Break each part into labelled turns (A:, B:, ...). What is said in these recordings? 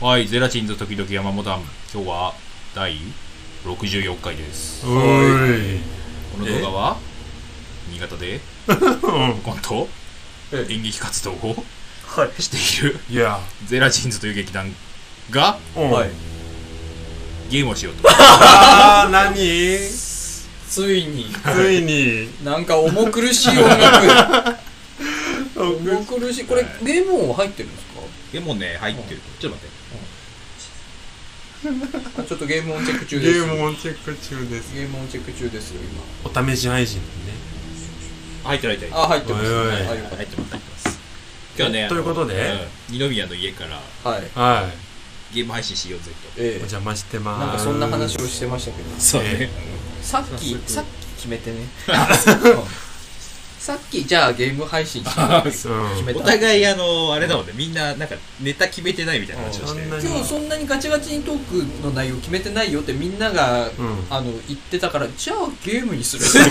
A: はい、ゼラチンズ時々山本ダム。今日は第64回です。
B: おーい
A: この動画は新潟で
B: うん
A: コント
C: え
A: 演劇活動を
C: はい。
A: している
B: いや
A: ゼラチンズという劇団が
B: うん
C: はい。
A: ゲームをしようと。
B: あー何つ
C: ついに、
B: いに
C: なんか重苦しい音楽。 重苦しい。これ
A: は、
C: デモ入ってるんです
A: でもね、入ってる。ちょっと待っ
C: かちょっとゲームオンチェック中で
B: ゲ
C: す。
B: ームオンチェック中です
C: ゲームオンチェック中ですよ、今。
B: お試し配信
A: て。入ってる入ってる。
C: あ、入ってますね。
B: おいおい
C: あ、よか
A: 入
C: っ
A: ってます、入ってます。今日はね、
B: ということで
A: あのうん二宮の家から
C: た。はい。
B: だねはい
A: ゲーム配信しようぜ
B: お
C: ええ。
B: 邪魔してまーす
C: なんかそんな話をしてましたけど。
A: と。そう
B: え
A: ね。
C: さっき
A: 早、速
C: さっき決めて ね。さっき、じゃあゲーム配信しようって決
B: う
C: め
A: お
C: た。
A: 互い、あの、あれだもんね、みんな、なんか、ネタ決めてないみたいな話をして
B: うんそんなに
C: 今日そんなにガチガチにトークの内容決めてないよってみんなが、
B: ん、うん、
C: あの、言ってたから、じゃあゲームにする。
A: とい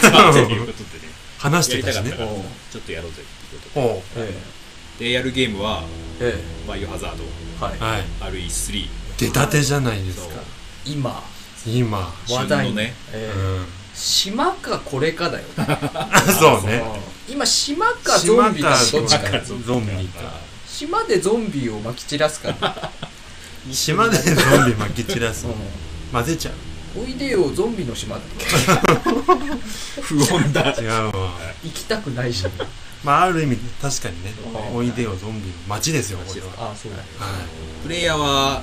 A: うことでね。
B: 話し
A: や
B: て
A: りた
B: たし
A: かった
B: ね
A: から、ちょっとやろうぜっていうこと
B: ほ。
C: え
A: で。で、やるゲームは、
C: え。え
A: バイオハザード、
C: え。はいう
B: はい
A: RE3、
B: 出たてじゃないですか
A: そう
C: 今
B: 今
C: 話
A: 旬
C: 題
A: のね、
C: え
B: う
C: ー
B: ん
C: 島かこれかだよ、ね、
B: そうね
C: 今島かゾンビかどっち
B: 島
C: か
B: かゾンビか
C: 島でゾンビをまき散らすか、
B: 島でゾンビまき散らす
C: う、
B: 混ぜちゃうん
C: おいでよゾンビの島って
A: 不穏だ。
B: 違うわ
C: 行きたくないし
B: まあある意味確かにね
C: はい
B: おいでよゾンビの街ですよこれは
C: あそうだ、
B: はい
A: プレイヤーは、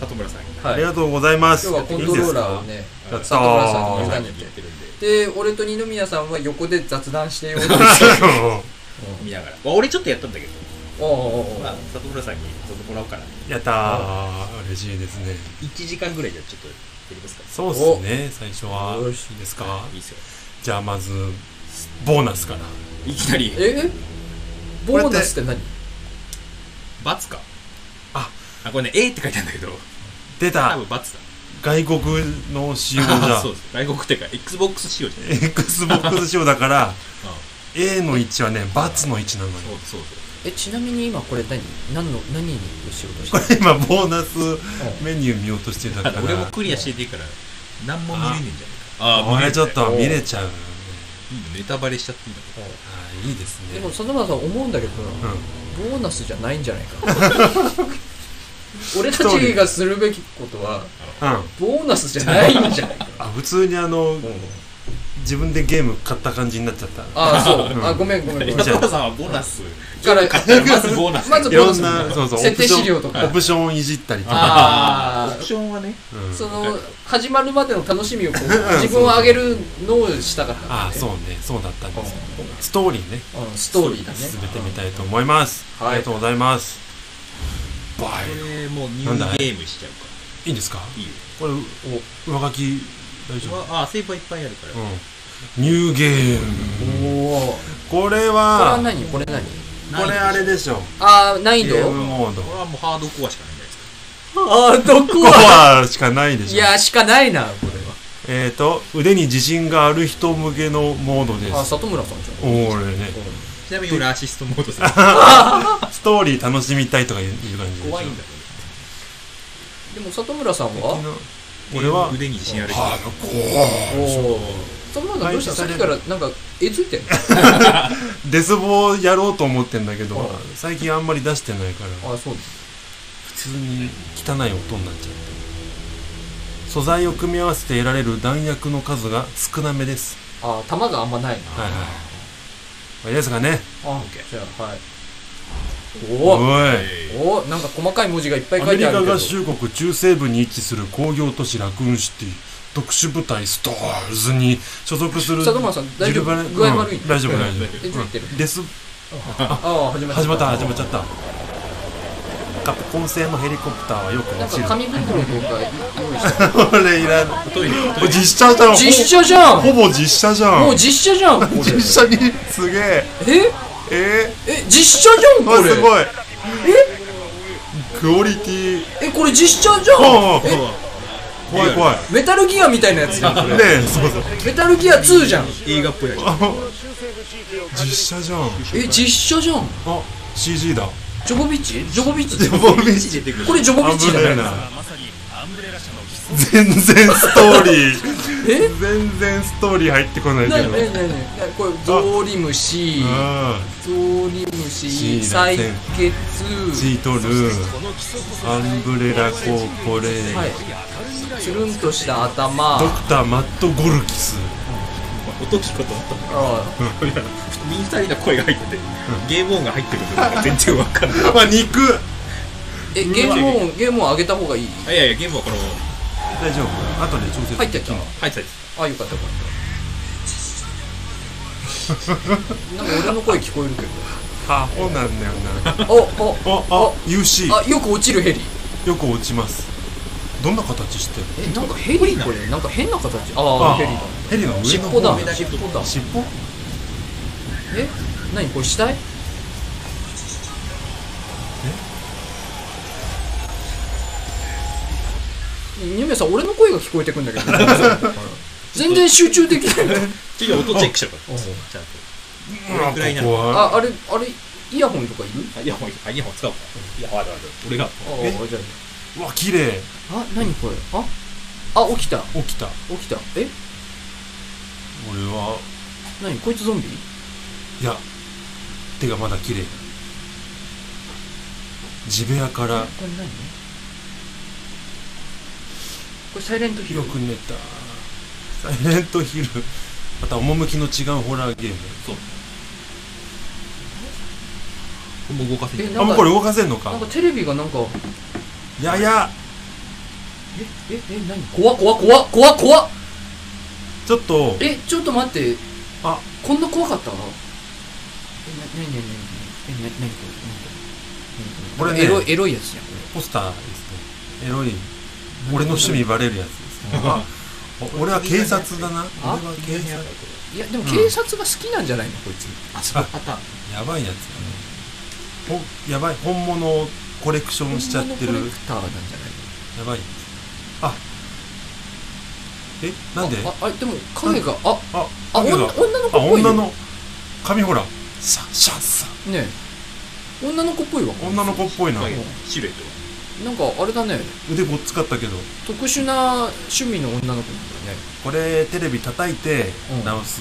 A: 里村さんが
B: あ
C: はい、
B: り
C: 今
B: がとうございます。
C: 日はコントローラーを
B: いいで
C: ね
B: すか。やっ
C: 里村さん
A: お
C: の
A: 二
C: 歌
A: 人
C: に
A: に言ってるんで、
C: で俺と二宮さんは横で雑談してよう
A: 見ながら。まあ俺ちょっとやったんだけ
C: おうおうお
A: ど、
C: う
A: まあ、里村さんに遊んでもらおうかな。
B: やったー。嬉しいですね。
A: 1時間ぐらいじゃちょっとやりますか。
B: そうですね。最初は。
C: よ
B: い
C: し
B: いですか
A: いいっすよ。
B: じゃあまず、ボーナスから。
A: いきなり、
C: えボーナスって何
A: 罰か。
B: あ
A: あ、これね、A って書いてあるんだけど、
B: 出
A: 多
B: た
A: 分罰だ。
B: 外国の仕様じ
A: あ
B: ゃ
A: そうです。外国っていうか、Xbox 仕様じゃない。
B: Xbox 仕様だから、A の位置はね、バツの位置なの
A: そ
B: よ。
A: うそうそう。
C: えちなみに今これ何何の何にしようとして
B: こ
C: る
B: れ今、ボーナスメニュー見ようとしてた
A: ただ
B: から、
A: 俺もクリアしてていいから、何も見れねえんじゃないか。
B: これちょっと
A: 見
B: 見
A: れね
B: れちゃうね。
A: えネタバレしちゃっていいんだ
C: うん
B: あーいいです
C: で
B: ね。
C: も里村さん思うんだけど、
B: うん
C: ボーナスじゃないんじゃない か俺たちがするべきことは
B: うん。
C: ボーナスじゃないんじゃないか、
B: あ、普通にあの
C: う、ん、
B: 自分でゲーム買った感じになっちゃった。
C: ああそ
B: う
C: う、
B: ん
C: あごめんごめんごめん
A: 里村さんはボーナス
C: から
A: 買ったらまずボーナス
C: まず
B: いろんな、そうそう、
C: 設定資料とか
B: オプションオプションいじったりとか。
C: あ
A: ションはね
B: うん
C: その始まるまでの楽しみをこう自分を上げるのをしたかったんだね、
B: ああ、そうね、そうだったんですよ。
C: うん
B: ストーリーね、
C: うんストーリーだね
B: 進めてみたいと思います。
C: はい
B: ありがとうございます。バ
A: こ
B: イ。
A: れもうニュ
B: なん
A: ー
B: だい
A: ゲームしちゃうか
B: いいんですから
A: いいよ
B: これ、お上書き、大丈夫
A: ああセーブはいっぱいあるから
B: うん。ニューゲーム。
C: おおこ
B: これ
C: れは
B: は、
C: 何これ何
B: これあれでしょ。
C: ああ難
B: ゲ
C: 易度
B: ームモード
A: こ。れはもうハードコアしかないんじゃないですか
C: ああどこ
B: コアしかないで
C: い
B: しょ。
C: やしかないなこれ
B: えっと、腕に自信がある人向けのモードで
C: はあ
B: す。
C: 里村さんじゃん
B: おー、俺ね。
A: ちなみに俺アシストモードさ
B: ストーリー楽しみたいとかいういう感じでしょ。
A: 怖いんだ
C: でも里村さんは
A: けど
B: 俺は、
A: 腕に自信ある人
B: ハードコ
C: おおそんなのどうしたのさっきからなんかえついてんの
B: アデスボーやろうと思ってんだけど
C: はい
B: 最近あんまり出してないから
C: あそう
B: 普通に汚い音になっちゃって素材を組み合わせて得られる弾薬の数が少なめです
C: あ弾があんまないな
B: はいはいこれですかね
C: あ
A: ケー
C: じゃあはい
B: お
C: お
B: い
A: え
C: おおなんか細かい文字がいっぱい
B: ア
C: 書
B: メ
C: い
B: リ
C: てあ
B: カ
C: るけど
B: 合衆国中西部に位置する工業都市ラクーンシティ特殊部隊スターズに所属する
C: 里村さん大丈夫
B: ジルバレ
C: 具合悪い
B: うん大丈夫大
A: 大
B: 丈
A: 丈
C: 夫えついてる
B: 夫うんデス
C: ああ始まった
B: 始まった始まっちゃったカプコン製のヘリコプターはよく
C: な
B: 落
C: ん
B: ちる
C: か紙袋とか用意した
B: これいらん
A: ートイレトイレ
B: 実写じゃん
C: 実写じゃん
B: ほぼ実写じゃん
C: もう実写じゃ んこれ
B: 実写にすげえ
C: え
B: え
C: え実写じゃ
B: ー、
C: んこ
B: あ
C: れ
B: すごいクオリティ
C: えこれ実写じゃん
B: ああ
C: え
B: 怖い怖い
C: メタルギアみたいなやつじゃん
B: ねえそうそう
C: メタルギア2じゃん
A: 映画っぽいやつ
B: あの実写じゃん
C: え実写じゃん
B: あ CG だ
C: ジョコビッチジョコビッチ
B: ジョコビッチ
D: 出てくる
C: これジョコビッチだ
B: 危ねえ
C: ね。
B: な
E: まさにアンブレラ社の基礎
B: 全然ストーリー
C: え
B: 全然ストーリー入ってこないけ
C: な
B: ど
C: になになになにこれゾウリムシ
B: あ
C: ゾウリム
B: シ
C: シ
B: ー
C: 採血
B: ーチートル
E: この基礎こそ
B: アンブレラコーポレー、
C: はいつるんとした頭
B: ドクターマット・ゴルキス
D: 音聞くこと思った
C: あ
D: 右二人の声が入ってて、ゲーム音が入ってくるから全然わかんない
B: あ肉
C: えゲーム音ゲーム音上げた方がいい
D: あいやいやゲームはこの
B: 大丈夫後で調節
C: 入ったき
D: 入ってたやつ
C: あよかったよか ったなんか俺の声聞こえるけ
B: アホなんだよな
C: ど お
B: ああ UC
C: おあよく落ちるヘリ
B: よく落ちますどんな形してる
C: えなんかヘリこれなんか変な形ああ
B: あ
C: ヘリだ
B: ヘリの上の方
C: 尻尾だ
B: 尻
C: 尻尾だ
B: 尾
C: え何これ死体ニメさん俺の声が聞こえてくんだけど全然集中できない
D: 次は音チェックしようか
C: あ
D: ら
C: あ
B: うわ
D: ちゃんこれくらいな
B: ここは
C: ああれあれイヤホンとかいる
D: とあイヤホンあイヤホン使おうかいやわかるわかる俺が
C: あ
B: え
C: あじゃ
B: うわ綺麗
C: ああ何これああ起きた
B: 起きた
C: 起きたえ
B: 俺は
C: 何こいつゾンビ
B: いや手がまだ綺麗地部屋から
C: これ何これサイレントヒル
B: よく寝たサイレントヒルまた趣の違うホラーゲーム
D: もう動かせ
C: え
D: る
B: あ
C: なん
B: もう
C: か
B: これ動かせんの
C: なん
B: か
C: かテレビがなんか
B: やや
C: えええ何怖っ怖っ怖っ怖っ怖っ
B: ちょっと
C: えちょっと待って
B: あ
C: こんな怖かったえな何何何えな何
B: こ
C: こ
B: れ
C: れ何これ何これ
B: ね
C: エロいエロいやつじゃんこ
B: ポスターですねエロい俺の趣味バレるやつですねあお俺は警察だな俺
C: あ
B: は警察
C: れいやでも
B: うん
C: 警察が好きなんじゃないのこいつ
D: あそうパターン
B: やばいやつだねほやばい本物をコレクションしちゃってる
C: コレクターなんじゃ
B: や
C: ない
B: ばいやつあえなんで
C: あああでも影があ
B: あ
C: あ
B: 影
C: 女
B: が
C: 女の子
B: あ
C: っぽいよ
B: 女の髪ほらシャシャッサ
C: ねえ女の子っぽいわ
B: 女の子っぽいな
D: まあシルエットは
C: なんかあれだね
B: 腕ごっつかったけど
C: 特殊な趣味の女の子なんだね
B: これテレビ叩いて
C: うん
B: 直す、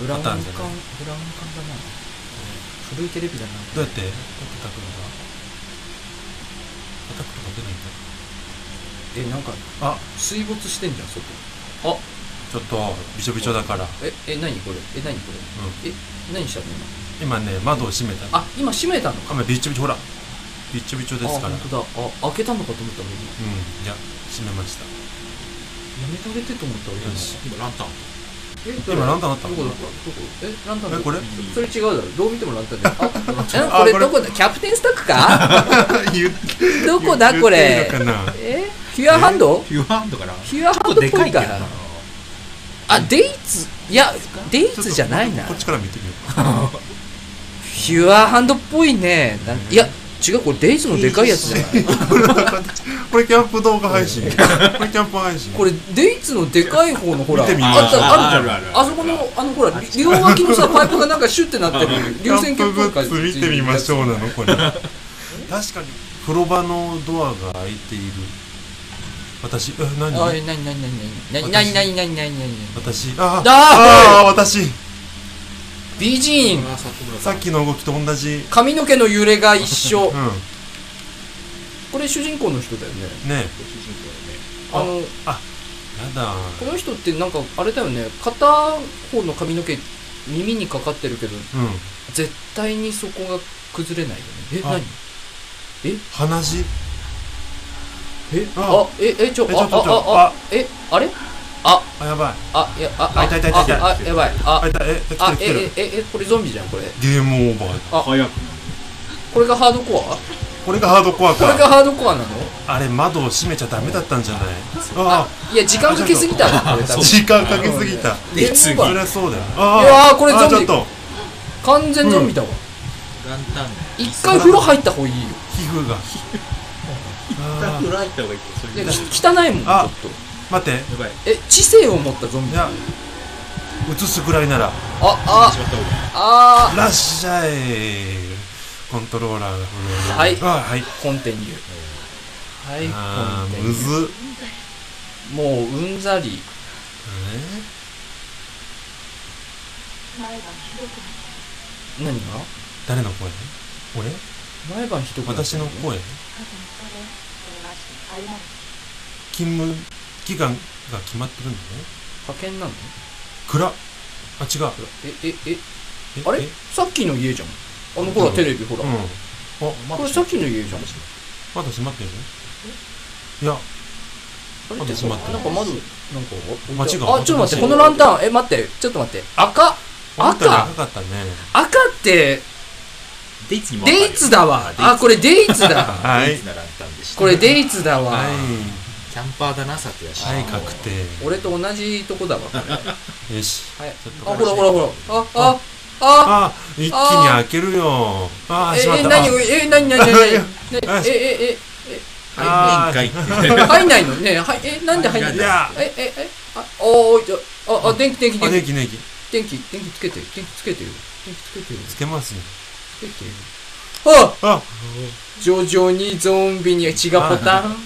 C: ブラウン
B: パター
C: 管
B: ン
C: ブ
B: じゃ
C: ラウン
B: ない
C: 管だな古いテレビだな
B: どうやって叩くのが叩くとか出ないんだ
C: えなんか
B: あ
C: 水没してんじゃん外
B: ちょっとびちょびちょだから
C: ええ何これえ何これ、え何したの
B: 今ね窓を閉めた
C: 今あ今閉めたのか
B: あびちょびちょほらびちょびちょですからうん
C: あ本当だあ開けたのかと思ったもん今
B: いや閉めました
C: やめてあげてと思った俺
B: よし
D: 今ランタン
C: えどれ
B: 今ランタンあった
C: どこどこどこえランタンど
B: えこれ
C: それ違うだろどう見てもランタンだ よあ
B: あ
C: えこ
B: これ
C: れどこだキャプテンスタックか
B: 言っ
C: どこだこれ
B: 言ってるのかな
C: えピュアハンド
D: ピュアハンドから
C: ピュアハンドっぽいからあデイツいやデイツじゃないな
B: こっちから見てみようか
C: ピュアハンドっぽいねなんいや違うこれデイズのでかいやつじゃない
B: これキャンプ動画配 信これキャンプ配信
C: これデイツのでかい方のほらあ
B: 見てみよう
C: ったあるじゃん
D: あるあるある
C: あそこのあのほら両脇のさパイプがなんかシュってなってる
B: キ
C: 流
B: ャ
C: 線
B: ン
C: 形
B: プ
C: っぽ
B: グ
C: い感
B: ッ
C: じ
B: ズ見てみましょうなのこれ確かに風呂場のドアが開いている私え何
C: あれ何何何何何何何何何何何
B: 私あー
C: だ
B: あー私
C: 美人
B: さっきの動きと同じ
C: 髪の毛の揺れが一緒
B: う
C: これ主人公の人だよね
B: んね
C: あの
B: やだ
C: この人ってなんかあれだよね片方の髪の毛耳にかかってるけど
B: うん
C: 絶対にそこが崩れないよねえ
B: あ
C: 何
B: 鼻血
C: え
B: あ
C: あええちょ
B: えちょ
C: あ
B: ちょちょ
C: ああ
B: あ
C: えあれあ
B: あやばい
C: あいやあ
B: あ
C: あ
B: 痛い痛い痛い痛い
C: ああやばい
B: あ
C: あ
B: いたえ来て
C: あ
B: る来
C: え
B: てる
C: えええこれゾンビじゃんこれ
B: ゲームオーバー
D: あ早く
C: これがハードコア
B: これがハードコア
C: これ
B: か
C: がハードコアなの
B: あれ窓を閉めちゃダメだったんじゃないあ
C: いや時間かけすぎたわこれ多
B: あ
C: 分
B: 時間かけすぎた
C: ゲームオ
B: そ
C: ーバー
B: りゃそうだよ
C: いや
B: あ
C: ーこれ
B: あ
C: ゾンビ
B: ちょっと
C: 完全ゾンビだわ
D: ランタン
C: 一回風呂入った方がいいよ
B: 皮膚が
D: ラ
B: あ
D: ン
B: ー
D: タン入った方がいいってそう
C: い
D: いう
C: や
D: や
C: き汚いもんちょ
B: あ
C: っと
B: 待って
D: ばい
C: え知性を持ったゾン
B: い
C: ビあ
B: や映すぐらいなら
C: あ
D: しまった方がいい
C: あ
B: らっしゃいコントローラーが震える
C: はい
B: あはい
C: コンティニューはい
B: あー
C: コンティ
B: む
C: ニュ
B: ずっ
C: ーもううんざり何が
B: 誰の声俺
C: 毎晩ひどくなってる
B: 私の声勤務期間が決まってるんだね
C: 派遣なの
B: 暗っあ違う
C: えええ
B: え
C: あれ
B: え
C: さっきの家じゃんあのほら
B: うん
C: テレビほら、
B: うん
C: これさっきの家じゃん
B: まだ閉まってるいや
C: あれ
B: まだ閉まってる
C: なんか窓、なんか、
B: 間違う
C: あ、ちょっと待って、
B: 間違う
C: このランタン、え、待って、ちょっと待って、赤
B: 思ったより
C: 赤
B: なかったね
C: 赤って、
D: デイツにもわかるよ
C: デイツだわ
D: デイツ
C: あ、これデイツ だ
B: はい
D: デイツなランタンでした
C: これデイツだわ
B: はい
D: キャンパーだなさてやし
B: はい確定
C: 俺と同じとこだわ、これ。はい。
B: よしちょっ
C: あ、
B: と
C: ほらほらほら。あ、あ、あ、
B: あ一気に開けるよあー
C: え、
B: 閉まっ
C: え、
B: た
C: 何え、何何何何
B: いや
C: ねえ、え、え、え、え、
B: あ
D: はい宴会って
C: え入んないのねはい、え、なんで入んない
B: い
C: の
B: や
C: え、え、え、あ、おーい、あ、あ、電気、電気、
B: あ
C: 電
B: 電
C: 気、
B: 気電気
C: 電気、電気つけて、電気つけてよ。電気つけてよ。
B: つけますよ
C: つけてよ。あ
B: あ
C: 徐々にゾンビに血がポタン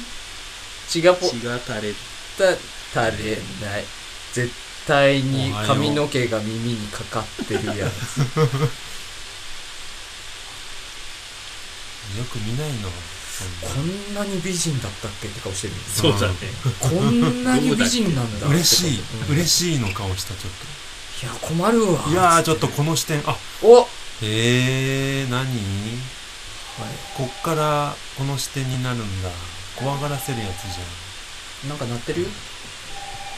C: 血がポ
D: 血が垂れ
C: タ垂れない絶対に髪の毛が耳にかかってるやつ
B: よく見ないのそんな
C: こんなに美人だったっけって顔してる
D: そうだね
C: こんなに美人なんだ
B: 嬉しい
C: って、
B: 嬉しいの顔したちょっ
C: いや困るわ
B: といやーちょっとこの視点あ
C: おはい
B: へえー、何こっからこの視点になるんだ怖がらせるやつじ
C: なんか鳴ってるよ
B: ゃ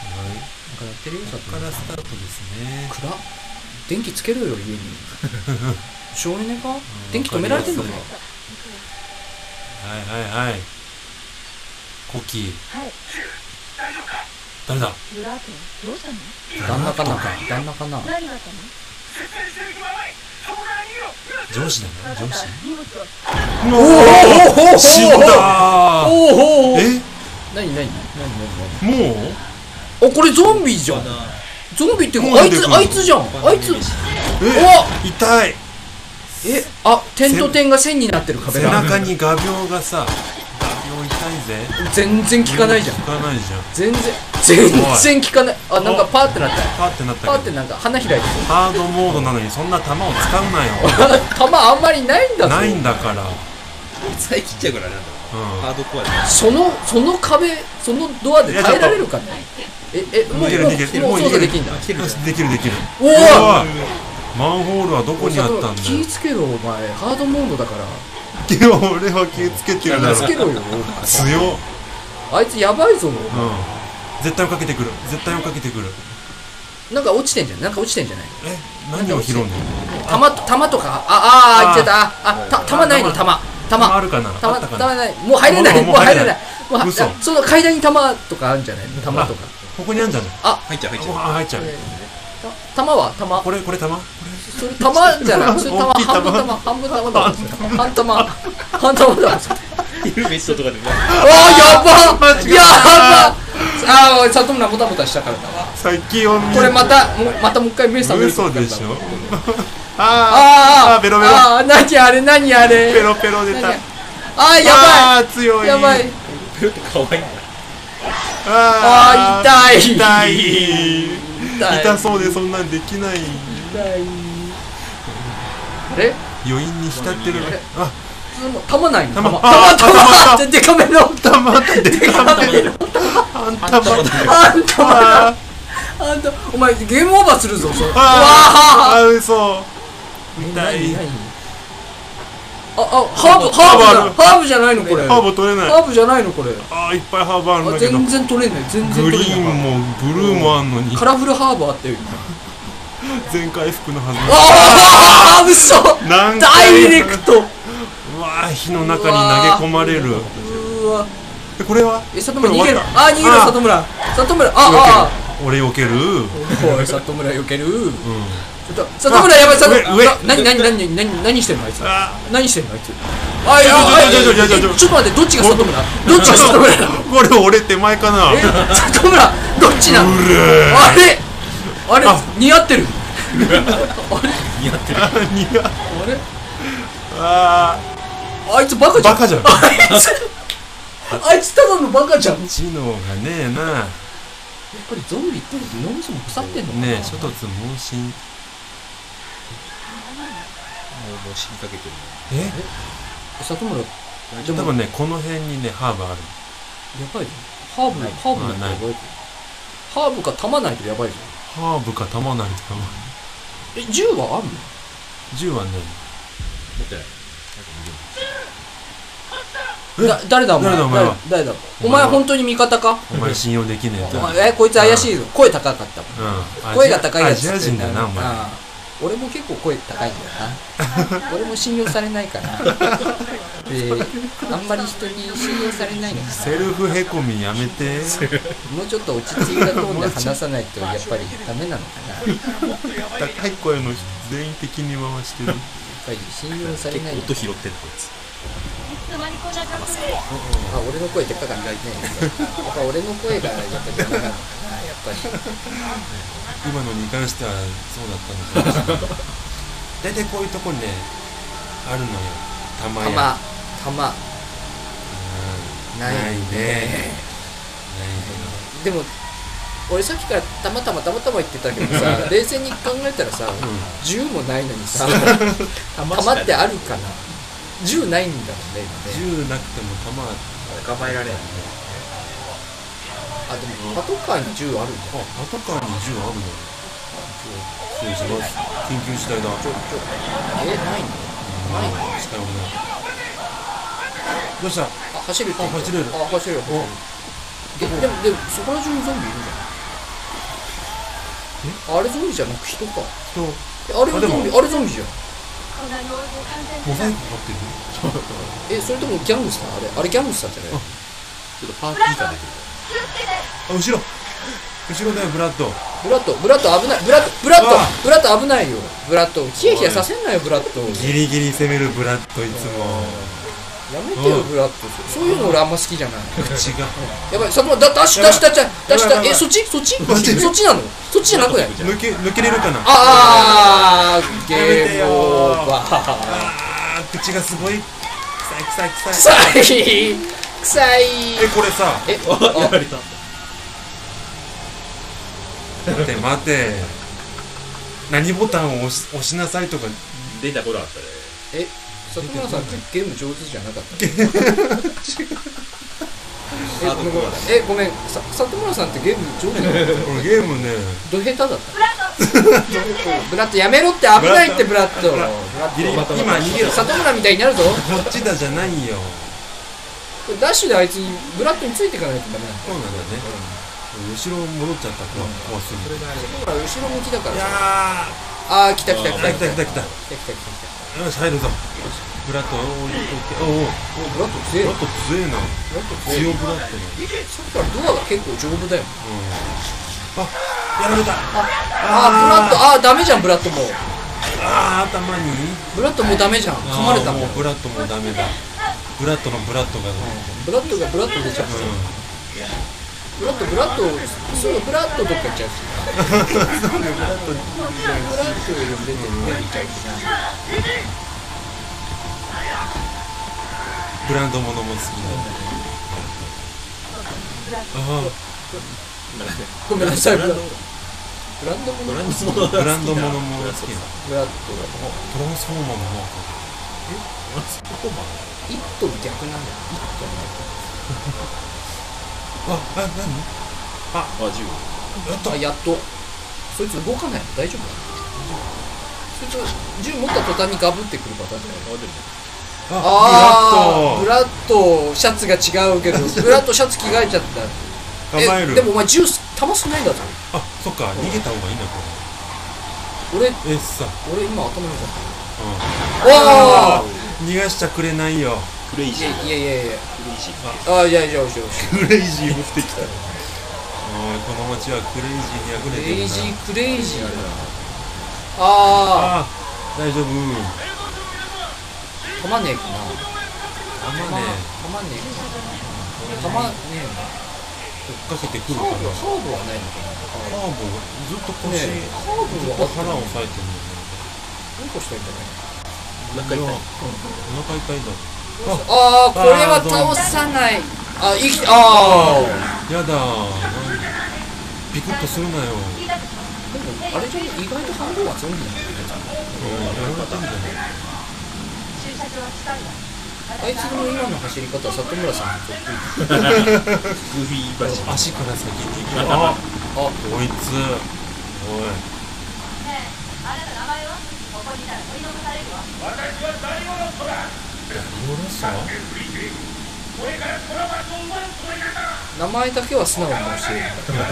B: ん、はい、
C: なんか鳴ってるよさ
B: こ
C: っ
B: っ
C: き
B: か
C: の
B: らスタートですね
C: 暗っ電気つけろよ家 に省エネか電気止められてんのか
B: わかはいはいはいコキ
A: はい
B: 誰だ
A: ブラーテンどうしたの
C: 旦那かな旦那かな
A: 何があったの
B: 上司だな上司
A: 荷物を
C: おお
B: 死んだー
C: おお
B: え
C: 何何何何
B: もう
C: 何あこれゾンビじゃんゾンビっていうかあいつ
B: も
C: あ
B: う出てくる
C: いつじゃんあいつ
B: え痛い
C: えあ点と点が線になってる壁
B: 背
C: だ
B: 中に画鋲がさ画鋲痛いぜ
C: 全然効かないじゃん
B: 効かないじゃん
C: 全然全然効かないあなんかパーってなった
B: パーってなっ
C: パー
B: た
C: っ
B: け
C: て
B: ど
C: なんか花開いて
B: ハードモードなのにそんな弾を使うな よ
C: る弾あんまりないんだぞ
B: ないんだから
D: 最近ちっちゃいからなんだハ
B: う
D: ードコアだ
C: そのその壁そのドアで耐えられるかねええも
B: 逃
C: う
B: げる
C: も
B: 逃げる
C: うもう
B: もう逃げる
C: 操作できんだ
D: 切るじゃん
B: んできるできる
C: おお
B: うわマンホールはどこにあったんだ
C: 気
B: よ
C: ぃつけろお前ハードモードだから
B: 俺は気をつけてる
C: 気
B: だ
C: ぃつ
B: ろ
C: けろ
B: 強
C: よ
B: っ
C: あいつやばいぞ
B: うん絶対をかけてくる絶対をかけてくる
C: なんか落ちてんじゃんなんか落ちてんじゃない
B: え何を拾うんだよ
C: 玉と玉とかああーあいっちゃったああた玉ないの
B: あ
C: 玉
B: 弾あ
C: 玉
B: るかな
C: 玉
B: あったか
C: 玉
B: な
C: ないもう入れない
B: も
C: も
B: う
C: う
B: 入
C: 入
B: れ
C: れ
B: な
C: ないいもう入
B: 嘘
C: その階段に玉とかあるんじゃない玉とか
B: ここにあんじゃん
D: 入っちゃう入っち
B: う
D: ゃ
B: わ入っちゃう
C: た玉は玉
B: これこれ玉
C: それ玉じ ゃないそれ玉
B: 大きい
C: 半分玉半分玉だわ半玉半玉 だわ
D: うヘルメットとかでも
C: あーやばやばああさとむなボタボタしたからだわ
B: 先を見
C: これまたもうまたもう一回目覚める
B: 嘘でしょ
C: あー
B: あーあーベロベロ
C: あー何あれ何あれ
B: ペロペロ出た
C: 何あーやば
B: あー強
C: い
B: い
C: やばい
D: ペロって可愛いんだ
B: あー
C: あー痛い
B: 痛い
C: 痛い
B: 痛そうでそんなんできない
C: あれ
B: 余韻に浸ってる
C: れ
B: あ
C: 玉ないの
B: 玉
C: 玉
B: あー
C: 玉
B: 玉
C: 玉ってデカめの
B: 玉ってでか
C: 玉めの
B: あんたま
C: あんた
B: あ
C: あんたお前ゲームオーバーするぞそれ
B: ー
C: わあ
B: あー嘘痛い
C: 何何ああハーブハーブだハーブじゃないのこれ
B: ハーブ取れない
C: ハーブじゃないのこれ
B: あーいっぱいハーブあるん
C: あ
B: だけど
C: 全然取れない全然
B: グ
C: 取
B: リ
C: れ
B: ーン
C: な
B: も
C: い
B: ブルーもあんのに
C: カラフルハーブあったよ今
B: 全回復のはず
C: ああ嘘
B: 何回
C: ダイレク
B: う
C: ト
B: わー火の中に投げ込まれる
C: うわ
B: えこれは
C: え里村逃げ
B: これ終
C: る
B: わった
C: あー逃げる
B: あー
C: 里村里村ああ
B: 俺避ける
C: あおい里村避ける
B: うん
C: ちょっと里村やばい里
B: 上上
C: 村何何何何何してんのあいつ
B: あ
C: 何してんのあいつあいやあい
B: ちょちょちょちょちょ
C: やちょっと待ってどっちが里村どっちが里村
B: ーこれ俺手前かな
C: え里村どっちなの
B: うれ
C: あれあれ
B: あ
C: 似合ってる
D: 似合ってる
B: 何が
C: あれ
B: あ
C: あいつバカ
B: ー
C: じゃ
B: バ
C: ん
B: カじゃん
C: あいつただのバカじゃんやっ
B: 知能がねえな
C: ぱりゾンビって脳みそも腐ってんのかな
B: ねえ諸突猛進
D: もう死にかけてる
B: え
C: 里村や
B: 多分ねこの辺にねハーブある
C: ばいじゃんハーブハーブなんかやばいじゃんハーブか弾ないとやばいじ
B: ハーブか玉なりとかも
C: ゃんえ銃はあんの
B: 銃はね
D: 持ってない
C: だ誰だお前
B: 誰だお前は
C: 誰だお前本当に味方か
B: お前信用できねえ
C: お
B: とうん
C: 前えこいつ怪しいぞ声高かったもん
B: アジア
C: 声が高いや
B: ア
C: つ
B: ジア人だなお前
C: ああ俺も結構声高いんだよ な俺も信用されないからであんまり人に信用されないのか
B: セルフへこみやめて
C: なもうちょっと落ち着いたトーンで話さないとやっぱりダメなのかなやっ
B: 高い声の人全員敵に回してる
C: ぱり信用されないのか
D: 結構音拾ってんのこいつ
C: あ俺の声でかかった ねやっぱ俺の声がやっぱ邪魔なのかなやっぱり
B: 今のに関してはそうだったのかもしれない大体こういうとこにねあるのよ玉や
C: 玉玉
B: うん
C: ない
B: ないねないね
C: でも俺さっきからたまたまたまたま言ってたけどさ冷静に考えたらさ、銃もないのにさ弾ってあるかな銃ないんだもんね今ね
B: 銃なくても玉は
C: 捕まえられないあでもパトカーに銃あるんだ
B: あパトカーに銃あるの失礼します緊急事態だ
C: ちょちょえないんだないの
B: 使えもないどうした
C: あ走るって言った
B: あ走れる
C: あ走れる走れるででもでもそこら中にゾンビいるじゃんあれゾンビじゃなく人か
B: 人モ
C: えあれは
B: あで
C: ゾ
B: も
C: ンビあれゾンビじゃん
B: ザイクかかってる
C: えそれともギャングスターあれあれギャングスターじゃない
D: ちょっとパーティー感出てる
B: あ後ろ後ろだよブラッド
C: ブラッド、ブラッド危ない、ブラッド、ブラッド
B: あ、
C: ブラッド危ないよ、ブラッド、ヒヤヒヤさせんなよ、ブラッド。
B: ギリギリ攻めるブラッドいつも
C: やめてよ、ブラッド。そういうの俺あんま好きじゃない。
B: 口が
C: やばい、さもだ、ダッシュ、ダッシュ、ダッシュ、ダッシュ、
B: やばいやばい
C: え、そっち、そっち、そ
B: 待
C: っ
B: って
C: ち、そっちなの、そっちじゃなくない。
B: 抜け抜けれるかな
C: あー、ゲ
B: やめて
C: ー
B: よ
C: ムオーバー。
B: あー口がすごい臭い臭い臭い
C: 臭い、臭い。
B: えこれさ
C: え、あ
D: やれた
B: 待て待て何ボタンを押し押しなさいとか
D: 出たことあったね
C: え、里村さん、ゲーム上手じゃなかった。え
D: あどうだ、
C: え、ごめん、さ、里村さんってゲーム上手なの。
B: 俺ゲームね
C: ど下手だったブラッドやめろって危ないってブラッド
B: ギリギリ今逃げろ
C: 里村みたいになるぞ
B: こっちだじゃないよ
C: ダッシュであいつにブラッドについていかないとダメなんだ
B: そうなんだね後ろ戻っちゃった怖怖すぎる
C: ほら後ろ向きだ
B: い
C: から
B: や
C: さあー来た来た
B: ー
C: 来た
B: 来
C: 来
B: た来
C: た来た来た来
B: た来た来た
C: た
B: よし入るぞブラッドおーおーおー
C: おブラッド
B: ブラ
C: 強え
B: ッド強えな
C: ブラッド強え
B: 強ブラッドね
C: さっきからドアが結構丈夫だよ
B: うんあやられた
C: あーブラッドあーダメじゃんブラッドもう
B: あー頭に
C: ブラッドもうダメじゃん噛まれたも
B: あ
C: ん
B: ーうブラッドもダメだブラッドのブラッドが
C: ブラッドがブラッド出ちゃうブラッドブラッドすぐブラッドどっか行っちゃ うしブラッドよりも出てるね
B: ブランドものも好きなんだ
C: ごめんなさいブラッドブランドもの
D: ブランドもの
B: あーブランドものも好きな
C: ブラッドがもう
B: トランスフォーマーもなんか
C: 一頭逆なんだよ一頭
B: あ、あ、何
D: あ銃
B: やった
C: あやっとそいつ動かないの大丈夫そいつは銃持った途端にガブってくるパターンだよ
D: あでも
C: あ
B: ブ
C: ーブ
B: ラッ
C: ラッドシャツが違うけ どブラッドシャツ着替えちゃっ
B: ド
C: た
B: 構える
C: でもお前銃弾少ないんだぞ
B: あ、そっか、逃げた方がいいな、こ
C: 俺
B: れえ、さ、
C: 俺今頭にか
B: う
C: ったわ
B: ん
C: あ
B: 逃がしちゃくれないよ
D: クレイジーク
C: いやいやいや
D: レイジー
C: あーいやいやいやいやいや
B: クレイジーぶってきたおい、この街はクレイジーにあふ
C: ク
B: れてる
C: レ
B: な
C: イジークレイジーだなあ
B: あ、大丈夫
C: ーたまねえか
B: あ
C: な
B: ん
C: た
B: ま
C: ま
B: ね、
C: たまねえかなたまねえな
B: 追っかけてくる
C: ハ
B: か
C: ー
B: ら
C: ブハーブはないのかな
B: カーブずっと腰、
C: ねえハーブはあった
B: 腹を
C: なん
B: 押さえてるんだよね
C: こしたいんじゃ
B: う
C: ない
B: ん
C: お腹痛
B: お腹痛い
C: い
B: んだ
C: ああこれは倒さないあいきああ
B: やだなんピクッとするなよ
C: でもあれじゃね意外と半分はゾンビなんだ
B: う
C: よ
B: んやられたんだよ
C: あいつの今の走り方は里村さんと
D: グーフィーバジル
B: 足から先に行けばあ
C: あ
B: こいつおい
C: 名前だけは素直に教えるんだ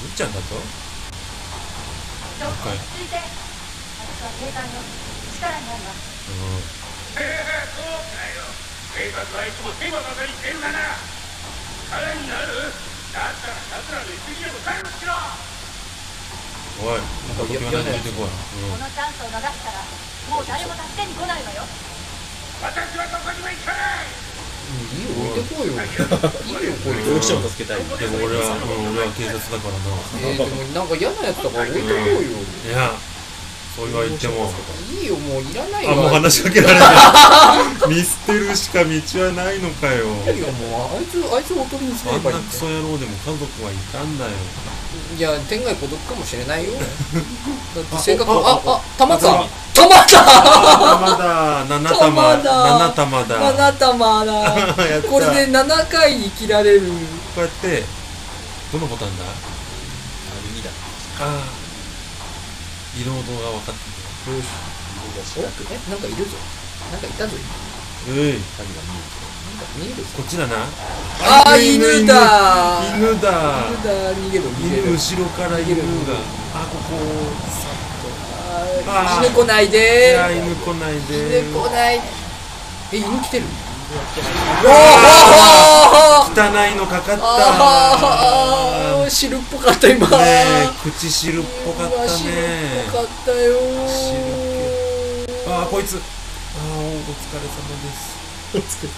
B: じいちゃんだと若いおい、なんか言わないで出てこい。うん
C: いいよ置いてこうよいいよこれ
D: どうしても助けたい
B: でも俺は、うん俺は警察だからな。
C: えー、でもなんか嫌なやつだから置いてこうよ
B: いや、そうは言っても。
C: いいよもういらない
B: あ、
C: わ
B: もう話しかけられない。見捨てるしか道はないのかよ。
C: いいよもうあいつあいつをおとりにす
B: あ
C: れ
B: ん
C: ばいい
B: なん
C: だ
B: クソ野郎でも家族はいたんだよ。
C: よいや天外孤独かもしれないよだって性格
B: あ
C: あ
B: あ
C: ああ玉
B: 玉
C: か玉だ
B: 玉だ、七玉、
C: 玉だ
B: 七玉だ。
C: 七玉だ
B: やった
C: これで7回に切られる
B: こうやって、どのボタンだ
D: 右だ
B: あー、色の動画分かって
C: よしおえなんかいるぞなんかいたぞ
B: るよ。うい、
D: 鍵が見
C: なんか見えるぞ
B: こっちだな。
C: あー犬だ
B: 犬犬だ
C: 犬だ逃げろ逃げ
B: 犬
C: ろ
B: 後ろから犬があここ
C: あ
B: あー
C: ー犬来ない
B: い
C: で
B: や犬来ないで
C: 犬来ないえ犬来てる
B: あ
C: あー
B: 汚いのかかった
C: あー汁っぽかった今
B: ねえ口汁っぽかっ
C: うわ
B: た
C: 汁
B: ね
C: っぽかったよ
B: 汁ああこいつああお疲れ様です
D: えつけた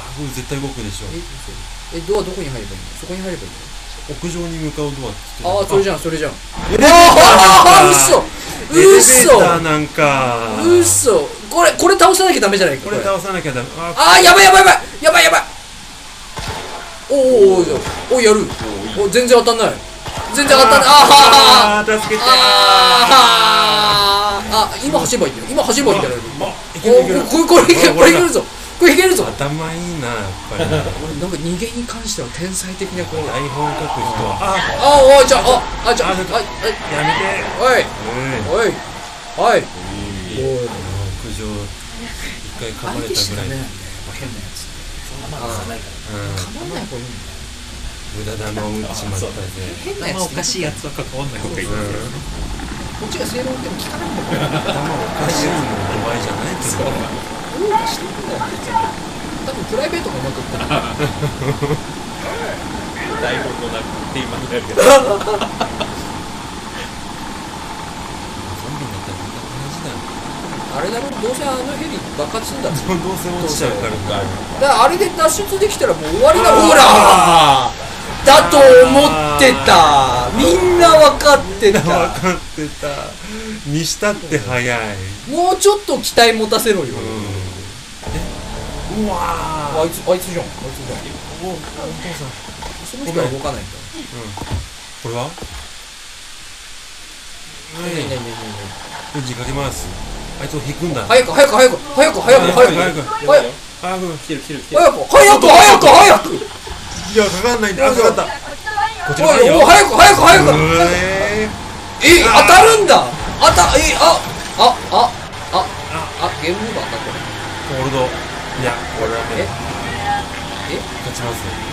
B: あこれ絶対動くでしょ
C: ええドアどこに入ればいいのそこに入ればいい
B: 屋上に向かうドアっつって
C: のああーそれじゃんそれじゃん
B: エレベー
C: あ
B: ターエレベー
C: 嘘
B: ターなんか
C: 嘘嘘これこれ倒さなきゃダメじゃないか
B: こ
C: これ
B: れ倒さなきゃダメあ
C: あーやばいやばいやばいやばいやばいおーおーおーおーやるお全然当たんない全然当たんないあーあーあー
B: あー助けて
C: あーあー今走ればいいんだよ今走ればいいんだよ
B: まいけるいける
C: おこれこれいけるこれいけるぞこれいけるぞ
B: 頭いいなやっぱり
C: 俺なんか逃げに関しては天才的なこのあ
B: 台本書く人は
C: あおいじゃあああじゃあ
B: あちょっと
C: はい
B: あやめて
C: はい
B: うん
C: おいおいおい
B: 屋上一回噛まれ
C: 相手
B: た
C: し
B: ぐ
C: た
B: ら
C: ね
B: い、
C: 変なやつそんなまだないか
B: う
C: ら構わない方がいいん
B: ん、無駄
C: だよ
B: 玉を打っちまったぜ
C: 変なやつ
D: 頭おかしいやつは関わんない方がいい
B: うん
C: こっちが正論でも聞かないんだから
B: 頭おかしいの怖いじゃないけど
C: どうかしてくんだよ別に多分プライベートもうまくいってない
D: 台本のなんかテーマになるけど
B: ゾンビになったらみんな同じだよ
C: あれだろどうせあのヘリ爆発すんだっつって
B: どうせ落ちちゃうからか
C: だからあれで脱出できたらもう終わりだほら
B: あ
C: だと思ってたみんな分かって
B: ーわ
C: た
B: かってたにしたって早い
C: もうちょっと期待持たせろよ、
B: うんうわ
C: あいつあいつじゃんあいつじゃ
B: お
C: ん
B: お父さん
C: その人は動かないんだ
B: これは
C: ねえねえねえね
B: うん時かけますあいつを引くんだ
C: え早く早く早く早く早く早く早く
B: く
C: 早く
B: あーうん
D: 来てる来てる来てる
C: 早く早く早く早く
B: いや、かかんないんだ。あ、かかった。こちら
C: おい
B: よ
C: おい早く早く早く
B: え
C: え当たるんだ当たえああああああゲームオーバーかこれ
B: ー、ホールド。いや、これはね、
C: え
B: 勝ちますね。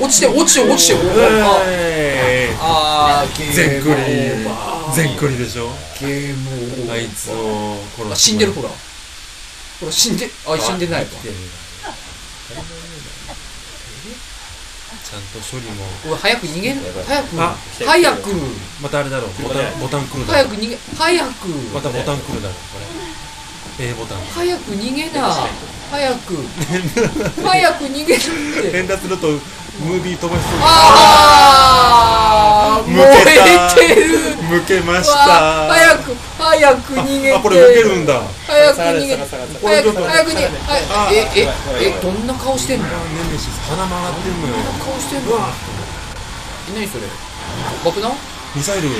C: 落ちて落ちて落ちておあ
B: えー
C: あーゲ
B: 全
C: ー
B: ク
C: ムオ
B: リ
C: ーバー。
B: 全クリでしょ。
C: ゲームオーバ
B: あ
C: ー
B: いつを殺
C: あ
B: す。
C: 死んでるほらほら死んであ死んでないか
B: 生きてるちゃんと処理も。
C: おい早く逃げる早く
B: あ
C: 早く
B: またあれだろう。ボタン、ボタン来るだ
C: 早
B: ろ
C: く
B: う。
C: 逃げ早く
B: またボタン来るだろう。これ。A ボタン。
C: 早く逃げな早く早く逃げるって
B: 連打すると、ムービー飛ばしそう。
C: ああ
B: 向
C: 燃
B: けた
C: えてる
B: 向けまし
C: わあ
B: た。
C: 早く早く逃げて
B: あこれ受けるんだ
C: 早く逃げて
A: 下がって
C: 早く
B: 下がって
C: 早く逃げあええええどんな顔してんのどんな
B: ネメシス鼻曲がってんのよ
C: 顔してんのえ何それ爆弾
B: ミサイルミ